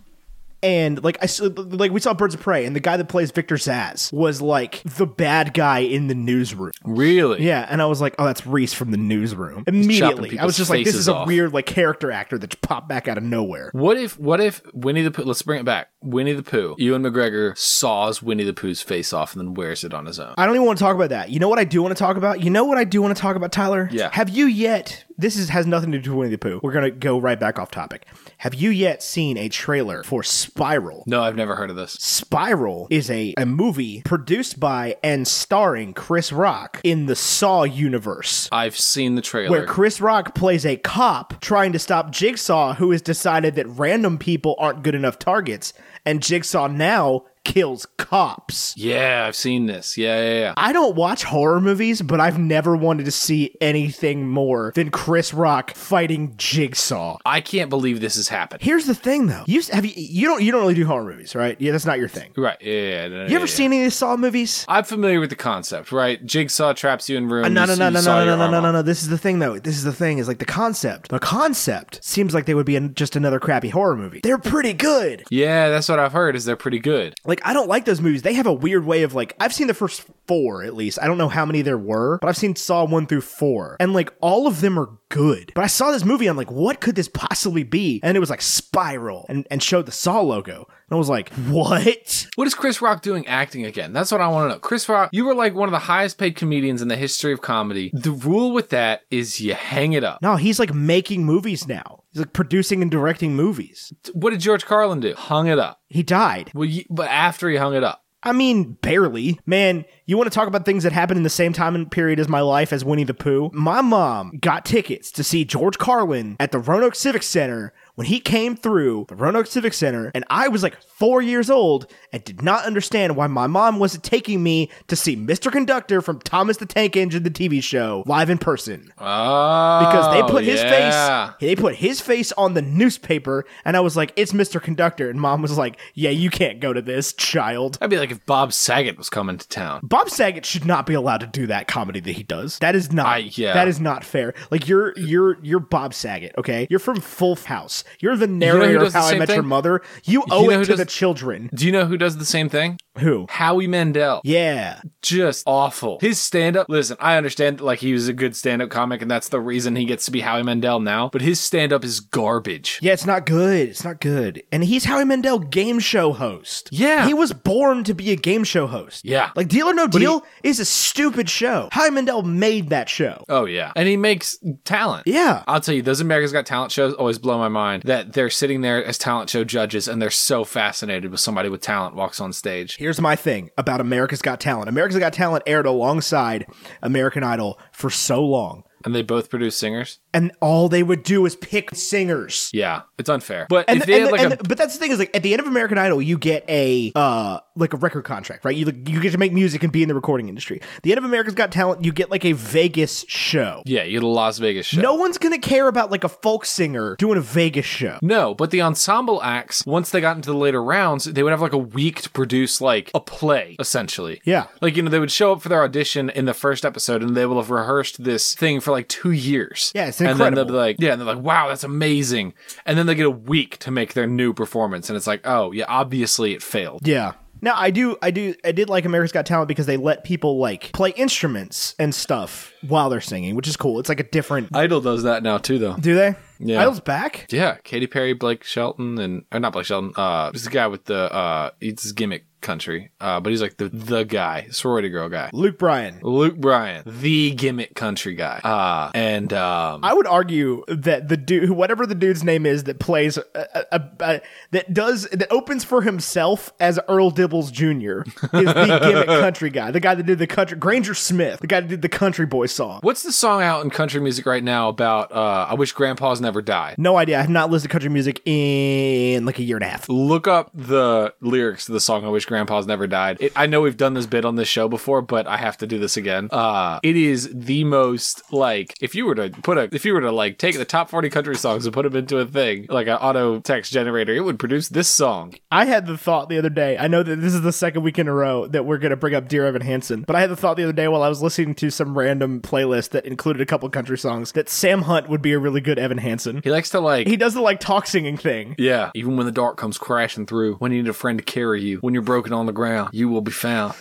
Speaker 4: And like I s- like we saw Birds of Prey, and the guy that plays Victor Zaz was like the bad guy in the newsroom.
Speaker 3: Really?
Speaker 4: Yeah, and I was like, oh, that's Reese from the newsroom.
Speaker 3: chopping
Speaker 4: Immediately, I
Speaker 3: people's
Speaker 4: was just like, this
Speaker 3: faces
Speaker 4: is a
Speaker 3: off.
Speaker 4: weird like character actor that's popped back out of nowhere.
Speaker 3: What if what if Winnie the Pooh? Let's bring it back. Winnie the Pooh. Ewan McGregor saws Winnie the Pooh's face off and then wears it on his own.
Speaker 4: I don't even want to talk about that. You know what I do want to talk about? You know what I do want to talk about, Tyler?
Speaker 3: Yeah.
Speaker 4: Have you yet? This is has nothing to do with Winnie the Pooh. We're gonna go right back off topic. Have you yet seen a trailer for Spiral?
Speaker 3: No, I've never heard of this.
Speaker 4: Spiral is a, a movie produced by and starring Chris Rock in the Saw universe.
Speaker 3: I've seen the trailer.
Speaker 4: Where Chris Rock plays a cop trying to stop Jigsaw, who has decided that random people aren't good enough targets, and Jigsaw now kills cops.
Speaker 3: yeah, I've seen this. Yeah, yeah, yeah.
Speaker 4: I don't watch horror movies, but I've never wanted to see anything more than Chris Rock fighting Jigsaw.
Speaker 3: I can't believe this has happened.
Speaker 4: Here's the thing, though. You have you, you don't you don't really do horror movies, right? Yeah, that's not your thing.
Speaker 3: Right. Yeah. yeah, yeah,
Speaker 4: You
Speaker 3: yeah,
Speaker 4: ever
Speaker 3: yeah.
Speaker 4: seen any of the Saw movies?
Speaker 3: I'm familiar with the concept, right? Jigsaw traps you in rooms.
Speaker 4: Uh, No, no, no, no,
Speaker 3: you
Speaker 4: no,
Speaker 3: saw
Speaker 4: no, no,
Speaker 3: your
Speaker 4: no,
Speaker 3: arm
Speaker 4: no,
Speaker 3: off.
Speaker 4: no, no. This is the thing, though. This is the thing. Is like the concept. The concept seems like they would be an, just another crappy horror movie. They're pretty good.
Speaker 3: Yeah, that's what I've heard. Is they're pretty good.
Speaker 4: Like I don't like those movies. They have a weird way of like I've seen the first four at least. I don't know how many there were, but I've seen Saw one through four, and like all of them are good. But I saw this movie, I'm like, what could this possibly be? And it was like Spiral, and and showed the Saw logo, and I was like, what?
Speaker 3: What is Chris Rock doing acting again? That's what I want to know. Chris Rock, you were like one of the highest paid comedians in the history of comedy. The rule with that is you hang it up.
Speaker 4: No, he's like making movies now. He's like producing and directing movies.
Speaker 3: What did George Carlin do? Hung it up.
Speaker 4: He died.
Speaker 3: Well, you, but after he hung it up.
Speaker 4: I mean, barely. Man, You want to talk about things that happened in the same time and period as my life as Winnie the Pooh? My mom got tickets to see George Carlin at the Roanoke Civic Center when he came through the Roanoke Civic Center, and I was like four years old and did not understand why my mom wasn't taking me to see Mr. Conductor from Thomas the Tank Engine, the TV show, live in person
Speaker 3: Oh,
Speaker 4: because they put his
Speaker 3: yeah.
Speaker 4: face they put his face on the newspaper and i was like it's mr conductor and mom was like yeah you can't go to this child
Speaker 3: That'd be like if Bob Saget was coming to town.
Speaker 4: bob saget should not be allowed to do that comedy that he does that is not
Speaker 3: I- yeah.
Speaker 4: that is not fair like you're you're you're bob saget okay you're from full house you're the
Speaker 3: who
Speaker 4: narrator
Speaker 3: does
Speaker 4: of
Speaker 3: the
Speaker 4: how i
Speaker 3: same
Speaker 4: met
Speaker 3: thing?
Speaker 4: your mother you owe
Speaker 3: know
Speaker 4: it
Speaker 3: who
Speaker 4: to
Speaker 3: does-
Speaker 4: the children
Speaker 3: Do you know who does the same thing?
Speaker 4: who
Speaker 3: Howie Mandel.
Speaker 4: yeah
Speaker 3: Just awful. His stand up, listen, I understand like he was a good stand up comic and that's the reason he gets to be Howie Mandel now, but his stand up is garbage.
Speaker 4: yeah, it's not good. It's not good. And he's Howie Mandel game show host.
Speaker 3: Yeah.
Speaker 4: He was born to be a game show host.
Speaker 3: Yeah.
Speaker 4: Like Deal or No Deal is a stupid show. Howie Mandel made that show.
Speaker 3: Oh yeah, and he makes talent.
Speaker 4: Yeah.
Speaker 3: I'll tell you, those America's Got Talent shows always blow my mind. That they're sitting there as talent show judges, and they're so fascinated with somebody with talent walks on stage.
Speaker 4: Here's my thing about America's Got Talent. America's Got Talent aired alongside American Idol for so long.
Speaker 3: And they both produce singers.
Speaker 4: And all they would do is pick singers.
Speaker 3: Yeah, it's unfair. But
Speaker 4: And,
Speaker 3: if
Speaker 4: the-
Speaker 3: they
Speaker 4: and
Speaker 3: had
Speaker 4: the-
Speaker 3: like
Speaker 4: and
Speaker 3: a
Speaker 4: the- but that's the thing is like at the end of American Idol, you get a uh like a record contract, right? You like, you get to make music and be in the recording industry. The end of America's Got Talent, you get like a Vegas show.
Speaker 3: yeah, you had a Las Vegas show.
Speaker 4: No one's gonna care about like a folk singer doing a Vegas show.
Speaker 3: No, but the ensemble acts, once they got into the later rounds, they would have like a week to produce like a play, essentially.
Speaker 4: Yeah.
Speaker 3: Like, you know, they would show up for their audition in the first episode and they will have rehearsed this thing for like two years.
Speaker 4: Yeah, it's
Speaker 3: And then they'll
Speaker 4: incredible.
Speaker 3: be like, yeah, and they're like, wow, that's amazing. And then they get a week to make their new performance. And it's like, oh, yeah, obviously it failed.
Speaker 4: Yeah. Now I do I do I did like America's Got Talent because they let people like play instruments and stuff while they're singing, which is cool. It's like a different
Speaker 3: Idol does that now too, though.
Speaker 4: Do they?
Speaker 3: Uh, Yeah.
Speaker 4: Idol's back?
Speaker 3: Yeah, Katy Perry, Blake Shelton, and or not Blake Shelton. Uh, this guy with the uh, it's his gimmick country. Uh, but he's like the the guy, sorority girl guy.
Speaker 4: Luke Bryan.
Speaker 3: Luke Bryan, the gimmick country guy. Uh, and um,
Speaker 4: I would argue that the dude, whatever the dude's name is, that plays, uh, uh, uh, that does, that opens for himself as Earl Dibbles Jr. is the gimmick country guy, the guy that did the country Granger Smith, the guy that did the Country Boy song.
Speaker 3: what's the song out in country music right now about uh, I Wish Grandpa's Never Died?
Speaker 4: No idea. I have not listened to country music in like a year and a half.
Speaker 3: Look up the lyrics to the song I Wish Grandpa's Never Died. It, I know we've done this bit on this show before, but I have to do this again. Uh, it is the most like if you were to put a if you were to like take the top 40 country songs and put them into a thing, like an auto text generator, it would produce this song.
Speaker 4: I had the thought the other day. I know that this is the second week in a row that we're going to bring up Dear Evan Hansen, but I had the thought the other day while I was listening to some random playlist that included a couple country songs that Sam Hunt would be a really good Evan Hansen.
Speaker 3: He likes to like
Speaker 4: He does the like talk singing thing.
Speaker 3: Yeah. Even when the dark comes crashing through, when you need a friend to carry you, when you're broken on the ground, you will be found.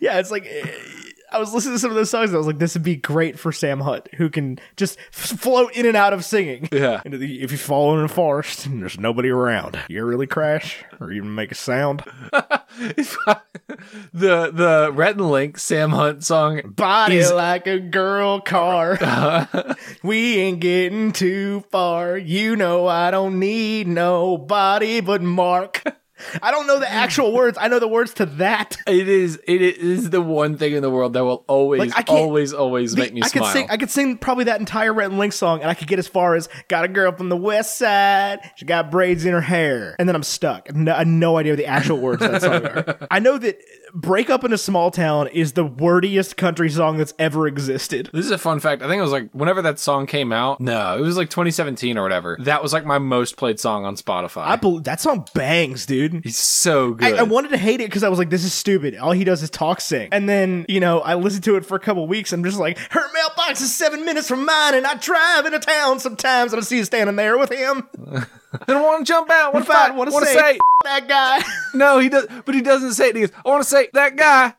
Speaker 4: Yeah, it's like eh, I was listening to some of those songs and I was like, this would be great for Sam Hunt, who can just f- float in and out of singing.
Speaker 3: Yeah.
Speaker 4: Into the, if you fall in a forest and there's nobody around, you really crash or even make a sound.
Speaker 3: the the Rhett and Link Sam Hunt song.
Speaker 4: Body
Speaker 3: Is-
Speaker 4: like a girl car. we ain't getting too far. You know I don't need nobody but Mark. I don't know the actual words. I know the words to that.
Speaker 3: It is it is the one thing in the world that will always
Speaker 4: Like, I can't-
Speaker 3: always always make me
Speaker 4: I
Speaker 3: smile.
Speaker 4: could sing. I could sing probably that entire Rhett and Link song, and I could get as far as "Got a girl from the West Side, she got braids in her hair," and then I'm stuck. No, I have no idea what the actual words of that song are. I know that "Break Up in a Small Town" is the wordiest country song that's ever existed.
Speaker 3: this is a fun fact. I think it was like whenever that song came out. No, it was like 2017 or whatever. That was like my most played song on Spotify.
Speaker 4: I believe that song bangs, dude.
Speaker 3: He's so good.
Speaker 4: I, I wanted to hate it because I was like, this is stupid. All he does is talk sing. And then, you know, I listened to it for a couple weeks. I'm just like, her mailbox is seven minutes from mine, and I drive into town sometimes, and I see you standing there with him.
Speaker 3: I don't want to jump out. What
Speaker 4: If I
Speaker 3: fight?
Speaker 4: want
Speaker 3: Want
Speaker 4: to say,
Speaker 3: say?
Speaker 4: that guy,
Speaker 3: No, he does, but he doesn't say it. He goes, I want to say that guy.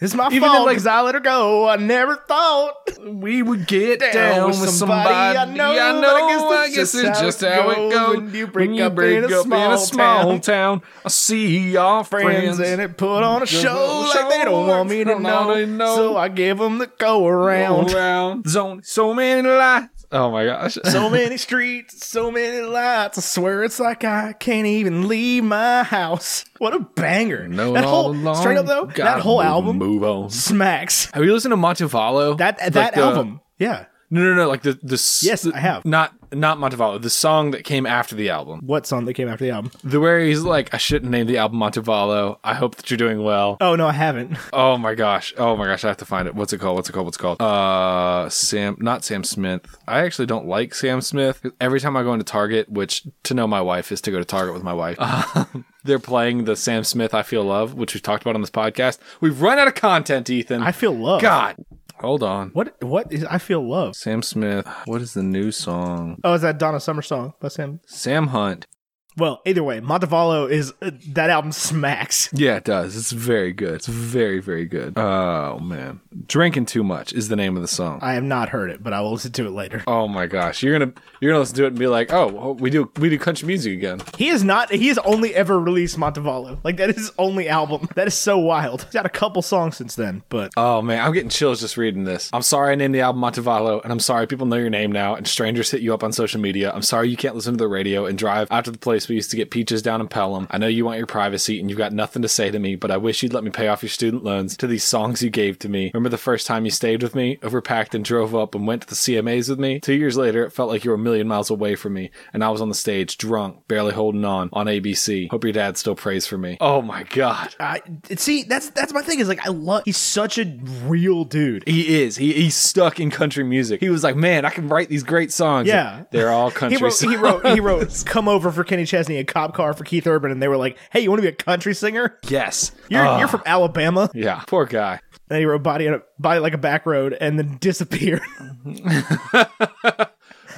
Speaker 4: it's my
Speaker 3: Even in,
Speaker 4: fault
Speaker 3: like-
Speaker 4: because I let her go. I never thought
Speaker 3: We would get down, with somebody, I know.
Speaker 4: but
Speaker 3: I guess it's just how it goes.
Speaker 4: when you break up in a small town.
Speaker 3: town, I see y'all
Speaker 4: friends
Speaker 3: friends.
Speaker 4: and it put on a show
Speaker 3: show
Speaker 4: like they don't want me to
Speaker 3: don't wanna
Speaker 4: know.
Speaker 3: know.
Speaker 4: So I give them the go around.
Speaker 3: around zone, so many lies. Oh my gosh.
Speaker 4: So many streets, so many lights. I swear it's like I can't even leave my house. What a banger!
Speaker 2: Known
Speaker 4: that whole
Speaker 2: all along,
Speaker 4: straight up though, that
Speaker 2: gotta
Speaker 4: whole
Speaker 2: move-
Speaker 4: album
Speaker 2: Move on.
Speaker 4: smacks.
Speaker 3: Have you listened to Montevallo?
Speaker 4: That that
Speaker 2: uh,
Speaker 3: Like the-
Speaker 4: album, yeah.
Speaker 3: No, no, no. Like the the s-
Speaker 4: Yes,
Speaker 3: the-
Speaker 4: I have.
Speaker 3: Not not Montevallo. The song that came after the album,
Speaker 4: What song that came after the album?
Speaker 3: the where he's like, "I shouldn't name the album Montevallo. I hope that you're doing well."
Speaker 4: Oh no, I haven't.
Speaker 3: Oh my gosh. Oh my gosh. I have to find it. What's it called? What's it called? What's it called? Uh, Sam, not Sam Smith. I actually don't like Sam Smith. Every time I go into Target, which to know my wife is to go to Target with my wife, um, they're playing the Sam Smith I Feel Love, which we've talked about on this podcast. We've run out of content, Ethan.
Speaker 4: I feel love.
Speaker 3: God. Hold on.
Speaker 4: What what is I feel love?
Speaker 3: Sam Smith. What is the new song?
Speaker 4: Oh, is that Donna Summer song? That's him.
Speaker 3: Sam Hunt.
Speaker 4: Well, either way, Montevallo is uh, that album smacks.
Speaker 3: Yeah, it does. It's very good. It's very, very good. Oh, man. Drinking Too Much is the name of the song.
Speaker 4: I have not heard it, but I will listen to it later.
Speaker 3: Oh my gosh, you're gonna you're gonna listen to it and be like, oh, well, we do we do country music again.
Speaker 4: He is not. He has only ever released Montevallo. Like that is his only album. That is so wild. He's got a couple songs since then, but
Speaker 3: Oh man, I'm getting chills just reading this. I'm sorry I named the album Montevallo, and I'm sorry people know your name now, and strangers hit you up on social media. I'm sorry you can't listen to the radio and drive out to the place we used to get peaches down in Pelham. I know you want your privacy and you've got nothing to say to me, but I wish you'd let me pay off your student loans to these songs you gave to me. Remember the first time you stayed with me, overpacked and drove up and went to the CMAs with me? Two years later, it felt like you were a million miles away from me, and I was on the stage drunk, barely holding on, on ABC. Hope your dad still prays for me. Oh my god.
Speaker 4: I see. That's that's my thing. Is like I love. He's such a real dude.
Speaker 3: He is. He, he's stuck in country music. He was like, man, I can write these great songs.
Speaker 4: Yeah.
Speaker 3: They're all country
Speaker 4: He wrote,
Speaker 3: songs.
Speaker 4: he wrote. He wrote. Come over for Kenny Chesney and Cop Car for Keith Urban, and they were like, "Hey, you want to be a country singer?
Speaker 3: yes.
Speaker 4: You're,
Speaker 3: Ugh.
Speaker 4: you're from Alabama."
Speaker 3: yeah. Poor guy.
Speaker 4: And he wrote "Body on a, Body Like a Back Road" and then disappeared.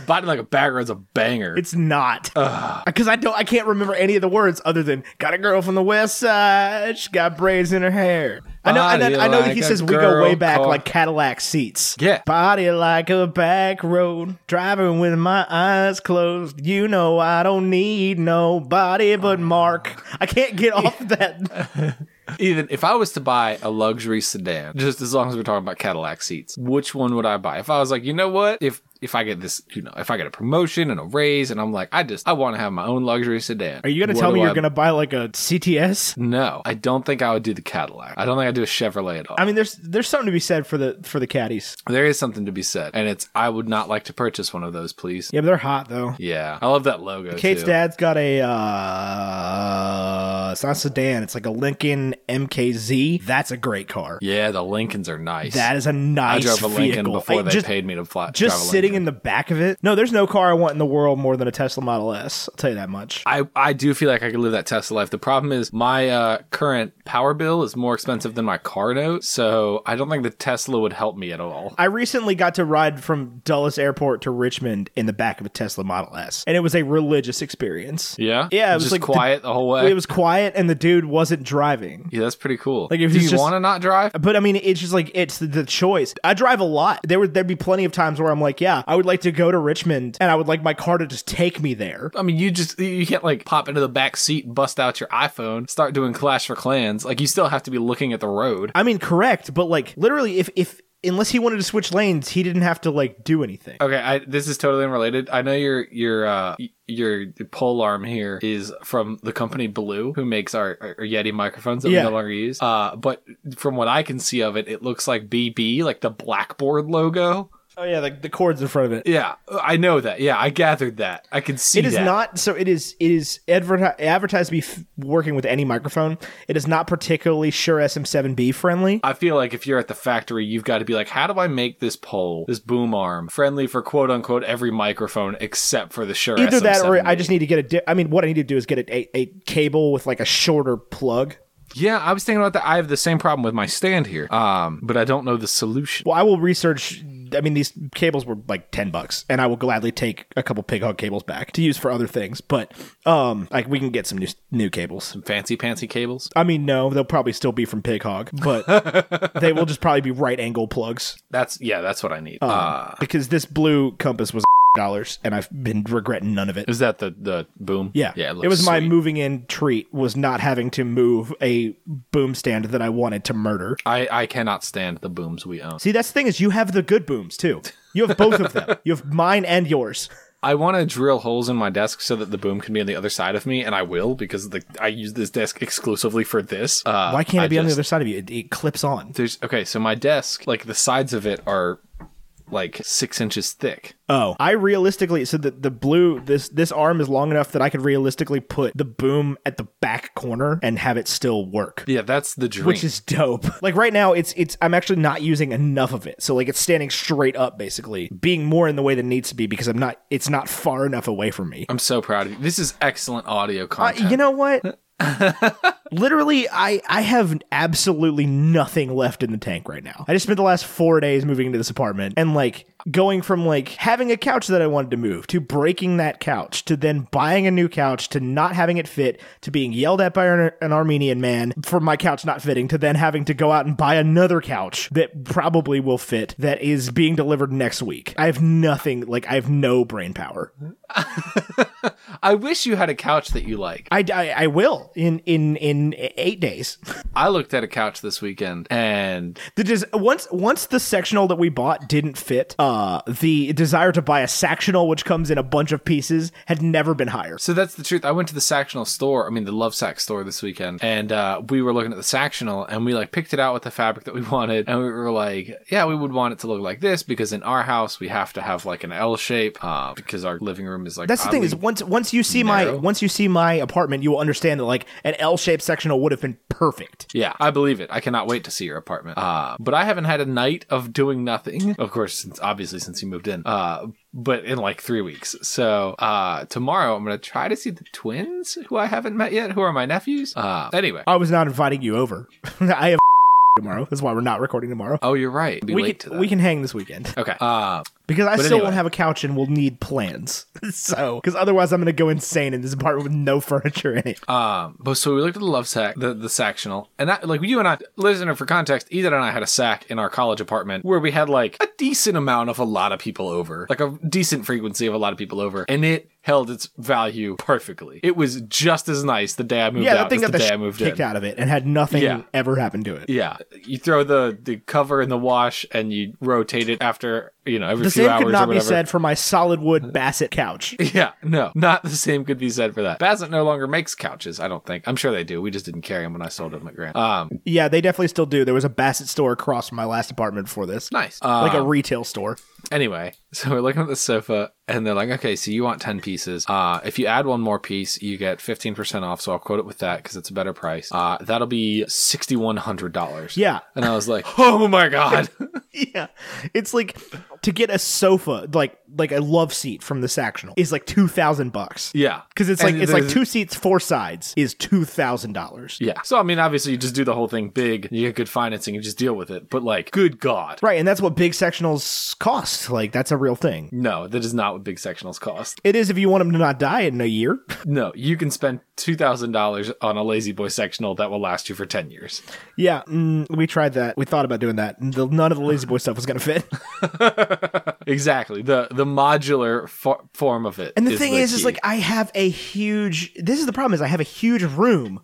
Speaker 3: Biting like a background's a banger.
Speaker 4: It's not because I don't. I can't remember any of the words other than "got a girl from the west side." She got braids in her hair. I know. I know.
Speaker 3: Body
Speaker 4: I know
Speaker 3: like
Speaker 4: he
Speaker 3: a
Speaker 4: says we go
Speaker 3: girl
Speaker 4: way back
Speaker 3: car-
Speaker 4: like Cadillac seats.
Speaker 3: Yeah.
Speaker 4: Body like a back road, driving with my eyes closed. You know I don't need nobody but Mark. I can't get off that.
Speaker 3: Even if I was to buy a luxury sedan, just as long as we're talking about Cadillac seats, which one would I buy? If I was like, you know what? If if I get this, you know, if I get a promotion and a raise, and I'm like, I just I want to have my own luxury sedan.
Speaker 4: Are you gonna
Speaker 3: What
Speaker 4: tell me
Speaker 3: do
Speaker 4: you're
Speaker 3: I-
Speaker 4: gonna buy like a CTS?
Speaker 3: No, I don't think I would do the Cadillac. I don't think I'd do a Chevrolet at all.
Speaker 4: I mean, there's there's something to be said for the for the caddies.
Speaker 3: there is something to be said, and it's I would not like to purchase one of those, please.
Speaker 4: Yeah, but they're hot though.
Speaker 3: Yeah, I love that logo.
Speaker 4: Kate's
Speaker 3: too.
Speaker 4: dad's got a uh it's not a sedan, it's like a Lincoln MKZ. That's a great car.
Speaker 3: Yeah, the Lincolns are nice.
Speaker 4: That is a
Speaker 3: I
Speaker 4: nice
Speaker 3: drove a Lincoln
Speaker 4: vehicle.
Speaker 3: before
Speaker 4: I-
Speaker 3: they
Speaker 4: just,
Speaker 3: paid me to fly.
Speaker 4: Just
Speaker 3: drive a
Speaker 4: sitting
Speaker 3: Lincoln.
Speaker 4: in the back of it. No, there's no car I want in the world more than a Tesla Model S. I'll tell you that much.
Speaker 3: I, I do feel like I could live that Tesla life. The problem is my uh, current power bill is more expensive than my car note, so I don't think the Tesla would help me at all.
Speaker 4: I recently got to ride from Dulles Airport to Richmond in the back of a Tesla Model S, and it was a religious experience.
Speaker 3: Yeah,
Speaker 4: Yeah, it was
Speaker 3: just
Speaker 4: like the-
Speaker 3: quiet the, whole way.
Speaker 4: It was quiet, and the dude wasn't driving.
Speaker 3: yeah, that's pretty cool.
Speaker 4: Like,
Speaker 3: Like,
Speaker 4: if
Speaker 3: if do
Speaker 4: he's
Speaker 3: you
Speaker 4: just-
Speaker 3: want to not drive?
Speaker 4: But I mean, it's just like it's the, the choice. I drive a lot. There would there'd be plenty of times where I'm like, yeah, I would like to go to Richmond, and I would like my car to just take me there.
Speaker 3: I mean, you just you can't like pop into the back seat, bust out your iPhone, start doing Clash for Clans. Like, you still have to be looking at the road.
Speaker 4: I mean, correct, but like literally, if if unless he wanted to switch lanes, he didn't have to like do anything.
Speaker 3: Okay, I, this is totally unrelated. I know your your uh, y- your pole arm here is from the company Blue, who makes our, our Yeti microphones that
Speaker 4: Yeah.
Speaker 3: we no longer use. Uh, but from what I can see of it, it looks like BB, like the blackboard logo.
Speaker 4: Oh yeah, like the cords in front of it.
Speaker 3: Yeah, I know that. Yeah, I gathered that. I can see
Speaker 4: It is
Speaker 3: that.
Speaker 4: not so. It is it is adverti- advertised to be f- working with any microphone. It is not particularly sure SM7B friendly.
Speaker 3: I feel like if you're at the factory, you've got to be like, how do I make this pole, this boom arm, friendly for quote unquote every microphone except for the Shure
Speaker 4: Either that, or I
Speaker 3: SM7B?
Speaker 4: just need to get a. Di- I mean, what I need to do is get a, a, a cable with like a shorter plug.
Speaker 3: Yeah, I was thinking about that. I have the same problem with my stand here, um, but I don't know the solution.
Speaker 4: Well, I will research. I mean, these cables were like ten bucks, and I will gladly take a couple pig hog cables back to use for other things. But um, like we can get some new new cables.
Speaker 3: fancy pantsy cables.
Speaker 4: I mean, no, they'll probably still be from pig hog, but they will just probably be right angle plugs
Speaker 3: That's yeah, that's what I need. uh,
Speaker 4: because this blue compass was dollars, and I've been regretting none of it.
Speaker 3: is that the the boom?
Speaker 4: Yeah,
Speaker 3: yeah.
Speaker 4: it,
Speaker 3: looks
Speaker 4: was my
Speaker 3: sweet.
Speaker 4: moving in treat was not having to move a boom stand that I wanted to murder.
Speaker 3: I I cannot stand the booms we own.
Speaker 4: See, that's the thing is you have the good booms too. You have both of them. You have mine and yours.
Speaker 3: I want to drill holes in my desk so that the boom can be on the other side of me, and I will because the, I use this desk exclusively for this. Uh,
Speaker 4: Why can't
Speaker 3: I
Speaker 4: it be on the
Speaker 3: just-
Speaker 4: other side of you? It, it clips on.
Speaker 3: There's okay, so my desk, like the sides of it are like six inches thick.
Speaker 4: Oh, I realistically so that the blue this this arm is long enough that I could realistically put the boom at the back corner and have it still work.
Speaker 3: Yeah, that's the dream.
Speaker 4: Which is dope. Like right now, it's it's I'm actually not using enough of it, so like it's standing straight up, basically being more in the way than it needs to be because I'm not. It's not far enough away from me.
Speaker 3: I'm so proud of you. This is excellent audio
Speaker 4: Uh,
Speaker 3: content.
Speaker 4: you know what? Literally, I I have absolutely nothing left in the tank right now. I just spent the last four days moving into this apartment and like going from like having a couch that I wanted to move to breaking that couch to then buying a new couch to not having it fit to being yelled at by an, an Armenian man for my couch not fitting to then having to go out and buy another couch that probably will fit that is being delivered next week. I have nothing like I have no brain power.
Speaker 3: I wish you had a couch that you like.
Speaker 4: I, I, I will in in in eight days.
Speaker 3: I looked at a couch this weekend and
Speaker 4: The des- once once the sectional that we bought didn't fit, uh, the desire to buy a sectional which comes in a bunch of pieces had never been higher.
Speaker 3: So that's the truth. I went to the Sactional store, I mean the Love Sack store this weekend, and uh, we were looking at the Sactional and we like picked it out with the fabric that we wanted, and we were like, yeah, we would want it to look like this because in our house we have to have like an L shape uh, because our living room is like.
Speaker 4: That's the thing is
Speaker 3: oddly-
Speaker 4: once once you see my
Speaker 3: narrow.
Speaker 4: once you see my apartment, you will understand that like an L-shaped sectional would have been perfect.
Speaker 3: Yeah, I believe it. I cannot wait to see your apartment. Uh, but I haven't had a night of doing nothing. Of course, since obviously since you moved in. Uh, but in like three weeks. So uh, tomorrow I'm gonna try to see the twins who I haven't met yet, who are my nephews. Uh, anyway.
Speaker 4: I was not inviting you over. I have tomorrow. That's why we're not recording tomorrow.
Speaker 3: Oh, you're right. Be
Speaker 4: we
Speaker 3: late
Speaker 4: can
Speaker 3: to that.
Speaker 4: we can hang this weekend
Speaker 3: Okay. Uh,
Speaker 4: because I
Speaker 3: But
Speaker 4: still
Speaker 3: anyway.
Speaker 4: won't have a couch and will need plans. so because otherwise I'm gonna go insane in this apartment with no furniture in it.
Speaker 3: um, but so we looked at the love sack, the, the sectional, and that, like you and I, listener for context, Ethan and I had a sack in our college apartment where we had like a decent amount of a lot of people over, like a decent frequency of a lot of people over, and it held its value perfectly. It was just as nice the day I moved
Speaker 4: yeah, that
Speaker 3: out
Speaker 4: thing
Speaker 3: as
Speaker 4: got
Speaker 3: the
Speaker 4: the,
Speaker 3: day I
Speaker 4: sh-
Speaker 3: moved in.
Speaker 4: kicked out of it and had nothing
Speaker 3: Yeah.
Speaker 4: ever happen to it.
Speaker 3: Yeah, you throw the the cover in the wash and you rotate it after you know every
Speaker 4: The
Speaker 3: few
Speaker 4: same
Speaker 3: hours
Speaker 4: could not
Speaker 3: or
Speaker 4: be
Speaker 3: whatever.
Speaker 4: said for my solid wood basset couch.
Speaker 3: Yeah, no, not the same could be said for that. Bassett no longer makes couches. I don't think. I'm sure they do. We just didn't carry them when I sold them at Grant. Um,
Speaker 4: Yeah, they definitely still do. There was a basset store across from my last apartment before this.
Speaker 3: nice.
Speaker 4: Like
Speaker 3: Uh,
Speaker 4: a retail store.
Speaker 3: anyway, so we're looking at the sofa, and they're like, "Okay, so you want ten pieces. Uh, if you add one more piece, you get fifteen percent off." So I'll quote it with that because it's a better price. Uh, that'll be sixty one hundred dollars.
Speaker 4: Yeah.
Speaker 3: And I was like, "Oh my god!"
Speaker 4: Yeah. It's like to get a sofa, like like a love seat from the sectional is like two thousand bucks.
Speaker 3: yeah,
Speaker 4: Because it's
Speaker 3: And
Speaker 4: like it's like
Speaker 3: there's-
Speaker 4: two seats, four sides is two thousand dollars.
Speaker 3: Yeah. So I mean, obviously, you just do the whole thing big. You get good financing. You just deal with it. But like, good god,
Speaker 4: Right, and that's what big sectionals cost. Like that's a real thing.
Speaker 3: no, that is not what big sectionals cost.
Speaker 4: It is if you want them to not die in a year.
Speaker 3: No, you can spend two thousand dollars on a lazy boy sectional that will last you for ten years.
Speaker 4: yeah, mm, we tried that. We thought about doing that. The, none of the lazy boy stuff was going to fit.
Speaker 3: Exactly the the modular fo- form of it.
Speaker 4: And the thing is,
Speaker 3: key.
Speaker 4: is like I have a huge. This is the problem. Is I have a huge room,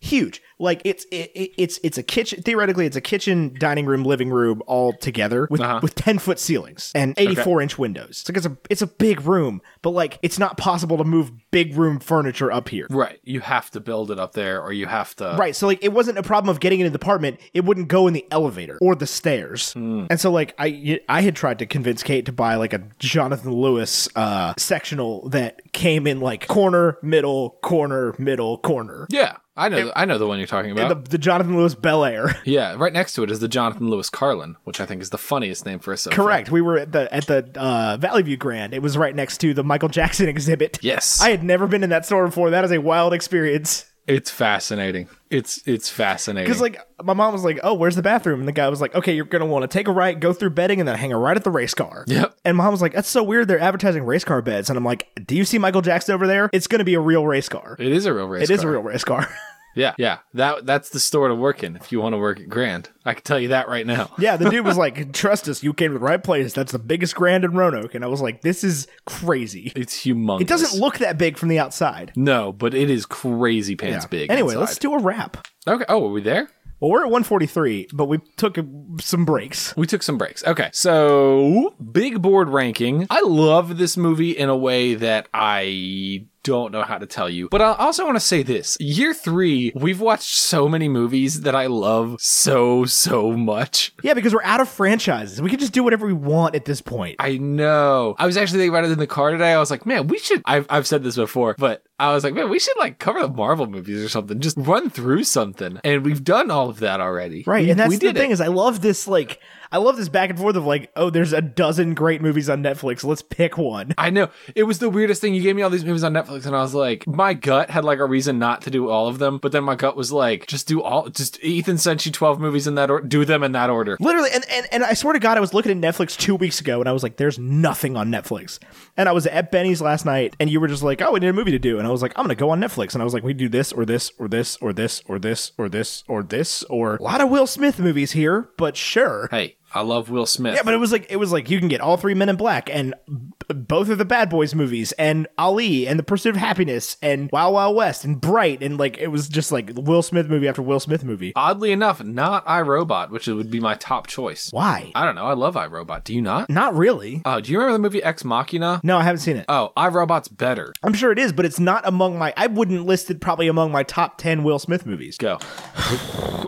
Speaker 4: huge. Like it's it, it, it's it's a kitchen. Theoretically, it's a kitchen, dining room, living room all together with
Speaker 3: Uh-huh.
Speaker 4: with ten foot ceilings and eighty four inch windows. It's like it's a it's a big room, but like it's not possible to move big room furniture up here.
Speaker 3: right, you have to build it up there, or you have to.
Speaker 4: Right, so like it wasn't a problem of getting into the apartment. It wouldn't go in the elevator or the stairs, and so like I I had tried to convince Kate to buy like a Jonathan Lewis uh, sectional that came in like corner, middle, corner, middle, corner.
Speaker 3: Yeah, I know. I know the one you're talking about.
Speaker 4: The, the Jonathan Lewis Bel Air.
Speaker 3: yeah, right next to it is the Jonathan Lewis Carlin, which I think is the funniest name for a sofa.
Speaker 4: Correct. We were at the at the uh, Valley View Grand. It was right next to the Michael Jackson exhibit.
Speaker 3: Yes,
Speaker 4: I had never been in that store before. That is a wild experience.
Speaker 3: it's fascinating. It's it's fascinating.
Speaker 4: Because like my mom was like, "Oh, where's the bathroom?" And the guy was like, "Okay, you're gonna want to take a right, go through bedding, and then hang a right at the race car."
Speaker 3: Yep.
Speaker 4: And mom was like, "That's so weird. They're advertising race car beds." And I'm like, "Do you see Michael Jackson over there? It's gonna be a real race car.
Speaker 3: it is a real race.
Speaker 4: It is a
Speaker 3: car.
Speaker 4: real race car."
Speaker 3: Yeah, yeah. That that's the store to work in if you want to work at Grand. I can tell you that right now.
Speaker 4: yeah. The dude was like, "Trust us, you came to the right place. That's the biggest grand in Roanoke." And I was like, "This is crazy.
Speaker 3: It's humongous.
Speaker 4: It doesn't look that big from the outside."
Speaker 3: No, but it is crazy pants big.
Speaker 4: Anyway,
Speaker 3: inside.
Speaker 4: let's do a wrap.
Speaker 3: Okay. Oh, are we there?
Speaker 4: Well, we're at 143, but we took a, some breaks.
Speaker 3: We took some breaks. Okay. So, big board ranking. I love this movie in a way that I don't know how to tell you. But I also want to say this. Year 3, we've watched so many movies that I love so so much.
Speaker 4: Yeah, because we're out of franchises. We can just do whatever we want at this point.
Speaker 3: I know. I was actually thinking about it in the car today. I was like, man, we should. I've, I've said this before, but I was like, man, we should like cover the Marvel movies or something. Just run through something, and we've done all of that already.
Speaker 4: Right,
Speaker 3: We-
Speaker 4: and that's
Speaker 3: we
Speaker 4: the
Speaker 3: did
Speaker 4: thing
Speaker 3: It.
Speaker 4: is, I love this like I love this back and forth of like, oh, there's a dozen great movies on Netflix. Let's pick one.
Speaker 3: I know it was the weirdest thing. You gave me all these movies on Netflix, and I was like, my gut had like a reason not to do all of them, but then my gut was like, just do all. Just Ethan sent you twelve movies in that order. Do them in that order.
Speaker 4: Literally, and, and and I swear to God, I was looking at Netflix two weeks ago, and I was like, "There's nothing on Netflix." And I was at Benny's last night, and you were just like, "Oh, we need a movie to do," and I was like, "I'm gonna go on Netflix," and I was like, "We do this or this or this or this or this or this or this or a lot of Will Smith movies here, but sure."
Speaker 3: Hey, I love Will Smith.
Speaker 4: Yeah, but it was like it was like you can get all three Men in Black and b- both of the Bad Boys movies and Ali and The Pursuit of Happiness and Wild Wild West and Bright and like it was just like Will Smith movie after Will Smith movie.
Speaker 3: Oddly enough, not iRobot, which would be my top choice.
Speaker 4: Why?
Speaker 3: I don't know. I love iRobot. Do you not?
Speaker 4: Not really.
Speaker 3: Oh, do you remember the movie Ex Machina?
Speaker 4: No, I haven't seen it.
Speaker 3: Oh, iRobot's better.
Speaker 4: I'm sure it is, but it's not among my. I wouldn't list it probably among my top ten Will Smith movies.
Speaker 3: Go.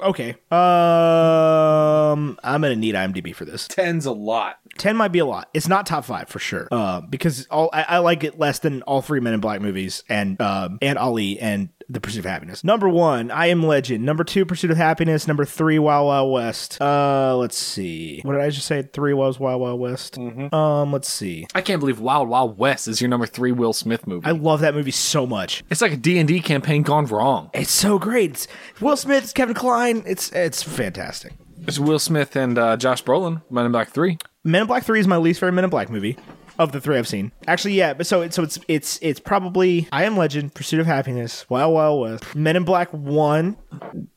Speaker 4: Okay. Um, I'm gonna need IMDb for this.
Speaker 3: Ten's a lot.
Speaker 4: Ten might be a lot. It's not top five for sure. Uh, because all I, I like it less than all three Men in Black movies and um and Ali and The Pursuit of Happiness. Number one, I Am Legend. Number two, Pursuit of Happiness. Number three, Wild Wild West. Uh, let's see. What did I just say? Three was Wild Wild West. Um, let's see.
Speaker 3: I can't believe Wild Wild West is your number three Will Smith movie.
Speaker 4: I love that movie so much.
Speaker 3: it's like a D&D campaign gone wrong.
Speaker 4: It's so great. It's Will Smith, it's Kevin Klein. It's it's fantastic.
Speaker 3: It's Will Smith and uh, Josh Brolin, Men in Black 3.
Speaker 4: Men in Black Three is my least favorite Men in Black movie of the three I've seen. Actually, yeah, but so it's so it's it's it's probably I Am Legend, Pursuit of Happiness, Wild Wild West, Men in Black One.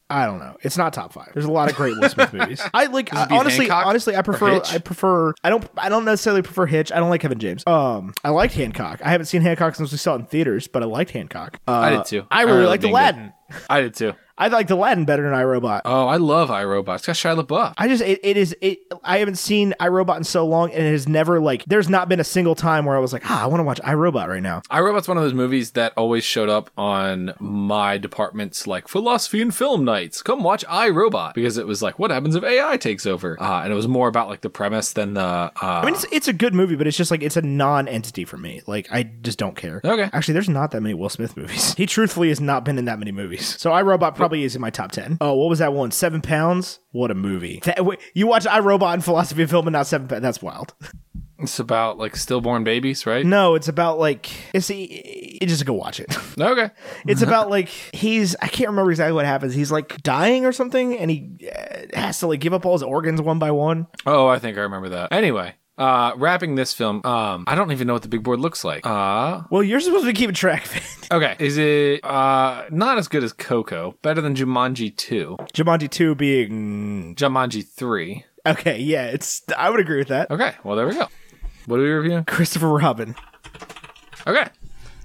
Speaker 4: I don't know. It's not top five. There's a lot of great Will Smith movies. I like
Speaker 3: it be
Speaker 4: honestly,
Speaker 3: Hancock
Speaker 4: honestly, I
Speaker 3: or
Speaker 4: prefer
Speaker 3: Hitch?
Speaker 4: I prefer I don't I don't necessarily prefer Hitch. I don't like Kevin James. Um, I liked Hancock. I haven't seen Hancock since we saw it in theaters, but I liked Hancock. Uh,
Speaker 3: I did too.
Speaker 4: I
Speaker 3: I
Speaker 4: really,
Speaker 3: really
Speaker 4: liked
Speaker 3: dinged it.
Speaker 4: Aladdin.
Speaker 3: I did too.
Speaker 4: I liked Aladdin better than iRobot.
Speaker 3: Oh, I love iRobot. It's got Shia LaBeouf.
Speaker 4: I just it, it is it I haven't seen iRobot in so long and it has never like there's not been a single time where I was like, ah, I want to watch iRobot right now.
Speaker 3: iRobot's one of those movies that always showed up on my department's like philosophy and film nights. Come watch iRobot because it was like, what happens if AI takes over? Uh, and it was more about like the premise than the. Uh,
Speaker 4: I mean it's it's a good movie, but it's just like it's a non entity for me. Like I just don't care.
Speaker 3: Okay.
Speaker 4: Actually there's not that many Will Smith movies. He truthfully has not been in that many movies. So iRobot probably is in my top ten. Oh, what was that one? Seven pounds? What a movie. That, wait, you watch iRobot and philosophy of film and not seven pounds. That's wild.
Speaker 3: it's about like stillborn babies, right?
Speaker 4: No, it's about like it's it, just go watch it.
Speaker 3: Okay.
Speaker 4: It's about like he's I can't remember exactly what happens. He's like dying or something, and he uh, has to like give up all his organs one by one.
Speaker 3: Oh, I think I remember that. Anyway, uh wrapping this film, um I don't even know what the big board looks like. Uh
Speaker 4: Well, you're supposed to be keeping track of it.
Speaker 3: okay. Is it uh not as good as Coco, better than Jumanji 2,
Speaker 4: Jumanji two being
Speaker 3: Jumanji 3.
Speaker 4: okay, yeah, it's I would agree with that.
Speaker 3: Okay, well there we go. What do we review?
Speaker 4: Christopher Robin,
Speaker 3: Okay.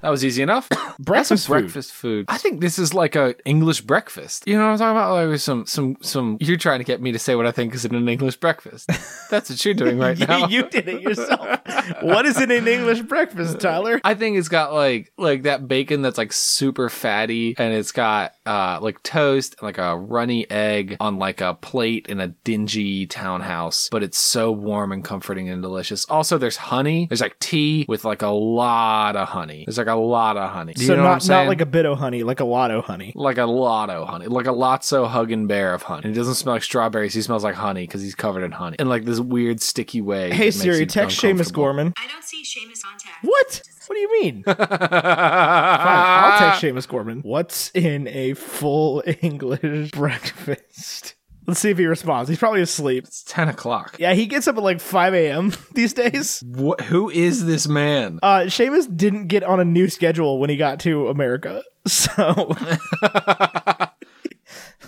Speaker 3: That was easy enough.
Speaker 4: breakfast food.
Speaker 3: breakfast food. I think this is like a English breakfast. You know what I'm talking about? Like with some some some you're trying to get me to say what I think is an English breakfast. That's what you're doing right now.
Speaker 4: you did it yourself. what is it in English breakfast, Tyler?
Speaker 3: I think it's got like like that bacon that's like super fatty, and it's got uh like toast and like a runny egg on like a plate in a dingy townhouse, but it's so warm and comforting and delicious. Also, there's honey. There's like tea with like a lot of honey. There's like a lot of honey. Do you
Speaker 4: so
Speaker 3: know
Speaker 4: not
Speaker 3: what I'm saying?
Speaker 4: not like a bit of honey, like a lotto honey.
Speaker 3: like a lotto honey, like a lotso hugging bear of honey. And it doesn't smell like strawberries. He smells like honey because he's covered in honey in like this weird sticky way. that
Speaker 4: Hey
Speaker 3: makes
Speaker 4: Siri,
Speaker 3: you
Speaker 4: text Seamus
Speaker 3: uncomfortable.
Speaker 4: Gorman.
Speaker 5: I don't see Seamus on tag.
Speaker 4: What? What do you mean? Fine, I'll text Seamus Gorman. What's in a full English breakfast? Let's see if he responds. He's probably asleep.
Speaker 3: It's ten o'clock.
Speaker 4: Yeah, he gets up at like 5 a.m. these days.
Speaker 3: What, who is this man?
Speaker 4: Uh, Seamus didn't get on a new schedule when he got to America. So.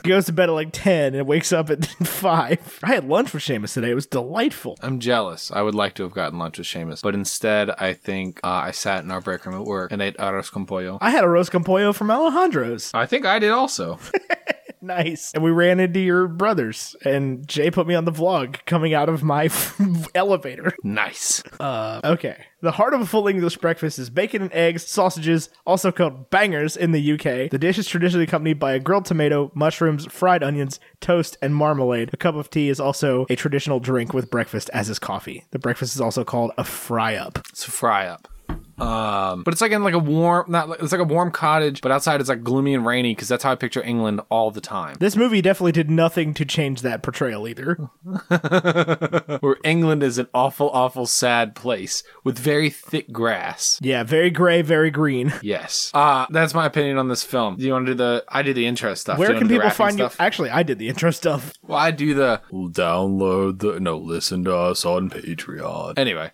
Speaker 4: he goes to bed at like 10 and wakes up at 5. I had lunch with Seamus today. It was delightful.
Speaker 3: I'm jealous. I would like to have gotten lunch with Seamus, but instead, I think uh, I sat in our break room at work and ate arroz con pollo.
Speaker 4: I had a roast con pollo from Alejandro's.
Speaker 3: I think I did also.
Speaker 4: nice. And we ran into your brothers, and Jay put me on the vlog coming out of my elevator.
Speaker 3: Nice.
Speaker 4: Okay. The heart of a full English breakfast is bacon and eggs, sausages, also called bangers in the UK. The dish is traditionally accompanied by a grilled tomato, mushrooms, fried onions, toast, and marmalade. A cup of tea is also a traditional drink with breakfast, as is coffee. The breakfast is also called a fry up.
Speaker 3: It's a fry up. Um, but it's like in like a warm, not like, it's like a warm cottage, but outside it's like gloomy and rainy because that's how I picture England all the time.
Speaker 4: This movie definitely did nothing to change that portrayal either.
Speaker 3: Hmm. Where England is an awful, awful sad place with very thick grass.
Speaker 4: Yeah, very gray, very green.
Speaker 3: Yes. Uh, that's my opinion on this film. Do you want to do the, I do the intro stuff. Do you
Speaker 4: Where
Speaker 3: wanna
Speaker 4: can
Speaker 3: do the
Speaker 4: people
Speaker 3: rapping
Speaker 4: find
Speaker 3: stuff?
Speaker 4: you? Actually, I did the intro stuff.
Speaker 3: Well, I do the,
Speaker 2: Download the no, listen to us on Patreon.
Speaker 3: anyway.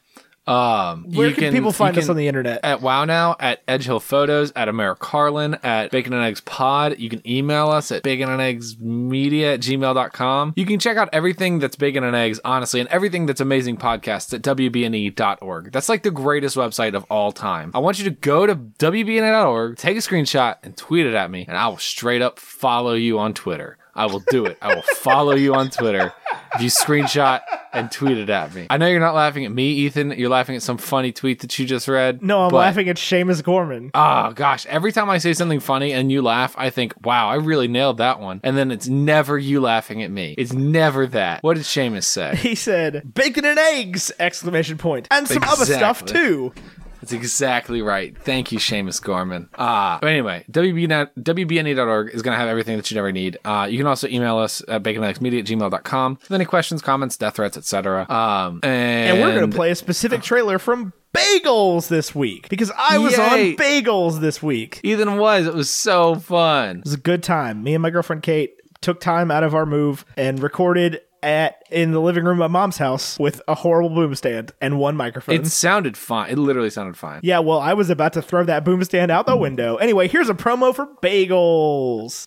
Speaker 3: Um,
Speaker 4: Where
Speaker 3: you
Speaker 4: can, people
Speaker 3: you
Speaker 4: find us
Speaker 3: can-
Speaker 4: on the internet?
Speaker 3: at Wow Now, at Edge Hill Photos, at AmeriCarlin, at Bacon and Eggs Pod. You can email us at bacon and eggs media at gmail.com. You can check out everything that's bacon and eggs, honestly, and everything that's amazing podcasts at WBNE.org. E That's like the greatest website of all time. I want you to go to WBNE.org, E take a screenshot, and tweet it at me, and I will straight up follow you on Twitter. I will do it. I will follow you on Twitter. If you screenshot and tweet it at me. I know you're not laughing at me, Ethan. You're laughing at some funny tweet that you just read.
Speaker 4: no, I'm
Speaker 3: but-
Speaker 4: laughing at Seamus Gorman.
Speaker 3: Oh gosh, every time I say something funny and you laugh, I think, wow, I really nailed that one. And then it's never you laughing at me. It's never that. What did Seamus say?
Speaker 4: he said, "Bacon and eggs!" Exclamation point, and some other stuff
Speaker 3: Exactly.
Speaker 4: too.
Speaker 3: That's exactly right. Thank you, Seamus Gorman. Ah, but anyway, WBN, WBNE.org is going to have everything that you never need. Uh, you can also email us at baconxmedia at gmail.com with any questions, comments, death threats, etc. Um, and, uh,
Speaker 4: And, we're gonna play a specific trailer from Bagels this week because I was
Speaker 3: Yay.
Speaker 4: on Bagels this week. It
Speaker 3: Ethan was. It was so fun.
Speaker 4: was a good time. Me and my girlfriend Kate took time out of our move and recorded at in the living room at mom's house with a horrible boom stand and one microphone.
Speaker 3: It sounded fine. It literally sounded fine.
Speaker 4: yeah, well, I was about to throw that boom stand
Speaker 3: Mm.
Speaker 4: out the window. Anyway, here's a promo for Bagels.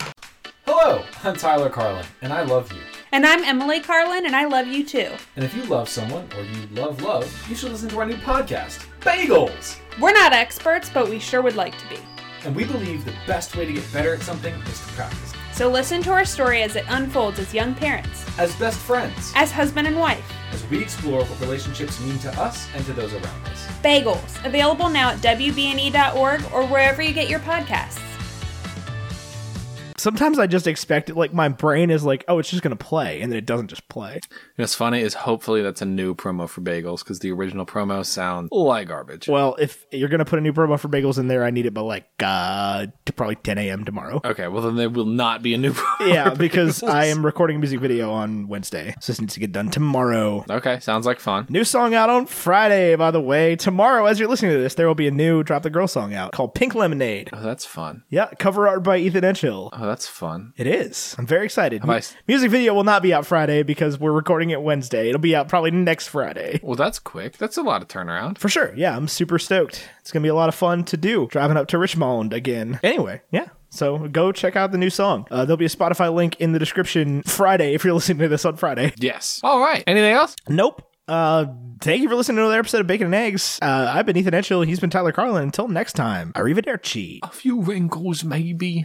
Speaker 3: Hello, I'm Tyler Carlin, and I love you.
Speaker 5: And I'm Emily Carlin, and I love you too.
Speaker 3: And if you love someone or you love love, you should listen to our new podcast, Bagels.
Speaker 5: We're not experts, but we sure would like to be.
Speaker 3: And we believe the best way to get better at something is to practice.
Speaker 5: So listen to our story as it unfolds as young parents,
Speaker 3: As best friends,
Speaker 5: as husband and wife.
Speaker 3: as we explore what relationships mean to us and to those around us.
Speaker 5: Bagels, available now at WBNE.org E or wherever you get your podcasts.
Speaker 4: Sometimes I just expect it, like my brain is like, oh, it's just gonna play, and then it doesn't just play.
Speaker 3: what's funny is hopefully that's a new promo for Bagels because the original promo sounds like garbage.
Speaker 4: Well, if you're gonna put a new promo for bagels in there, I need it by like uh to probably 10 a.m. tomorrow.
Speaker 3: Okay, well then there will not be a new promo.
Speaker 4: Yeah, because I am recording a music video on Wednesday, so this needs to get done tomorrow.
Speaker 3: Okay, sounds like fun.
Speaker 4: New song out on Friday, by the way. Tomorrow, as you're listening to this, there will be a new Drop the Girl song out called Pink Lemonade.
Speaker 3: Oh, that's fun.
Speaker 4: Yeah, cover art by Ethan Enchill.
Speaker 3: Oh, that's fun.
Speaker 4: It is. I'm very excited.
Speaker 3: I
Speaker 4: Mu-
Speaker 3: s-
Speaker 4: music video will not be out Friday because we're recording it Wednesday. It'll be out probably next Friday.
Speaker 3: Well, that's quick. That's a lot of turnaround.
Speaker 4: For sure. Yeah, I'm super stoked. It's going to be a lot of fun to do driving up to Richmond again. Anyway, yeah. So go check out the new song. Uh, there'll be a Spotify link in the description Friday if you're listening to this on Friday.
Speaker 3: Yes. All right. Anything else?
Speaker 4: Nope. Uh, thank you for listening to another episode of Bacon and Eggs. Uh, I've been Ethan Etchell. He's been Tyler Carlin. Until next time, arrivederci.
Speaker 3: A few wrinkles, maybe.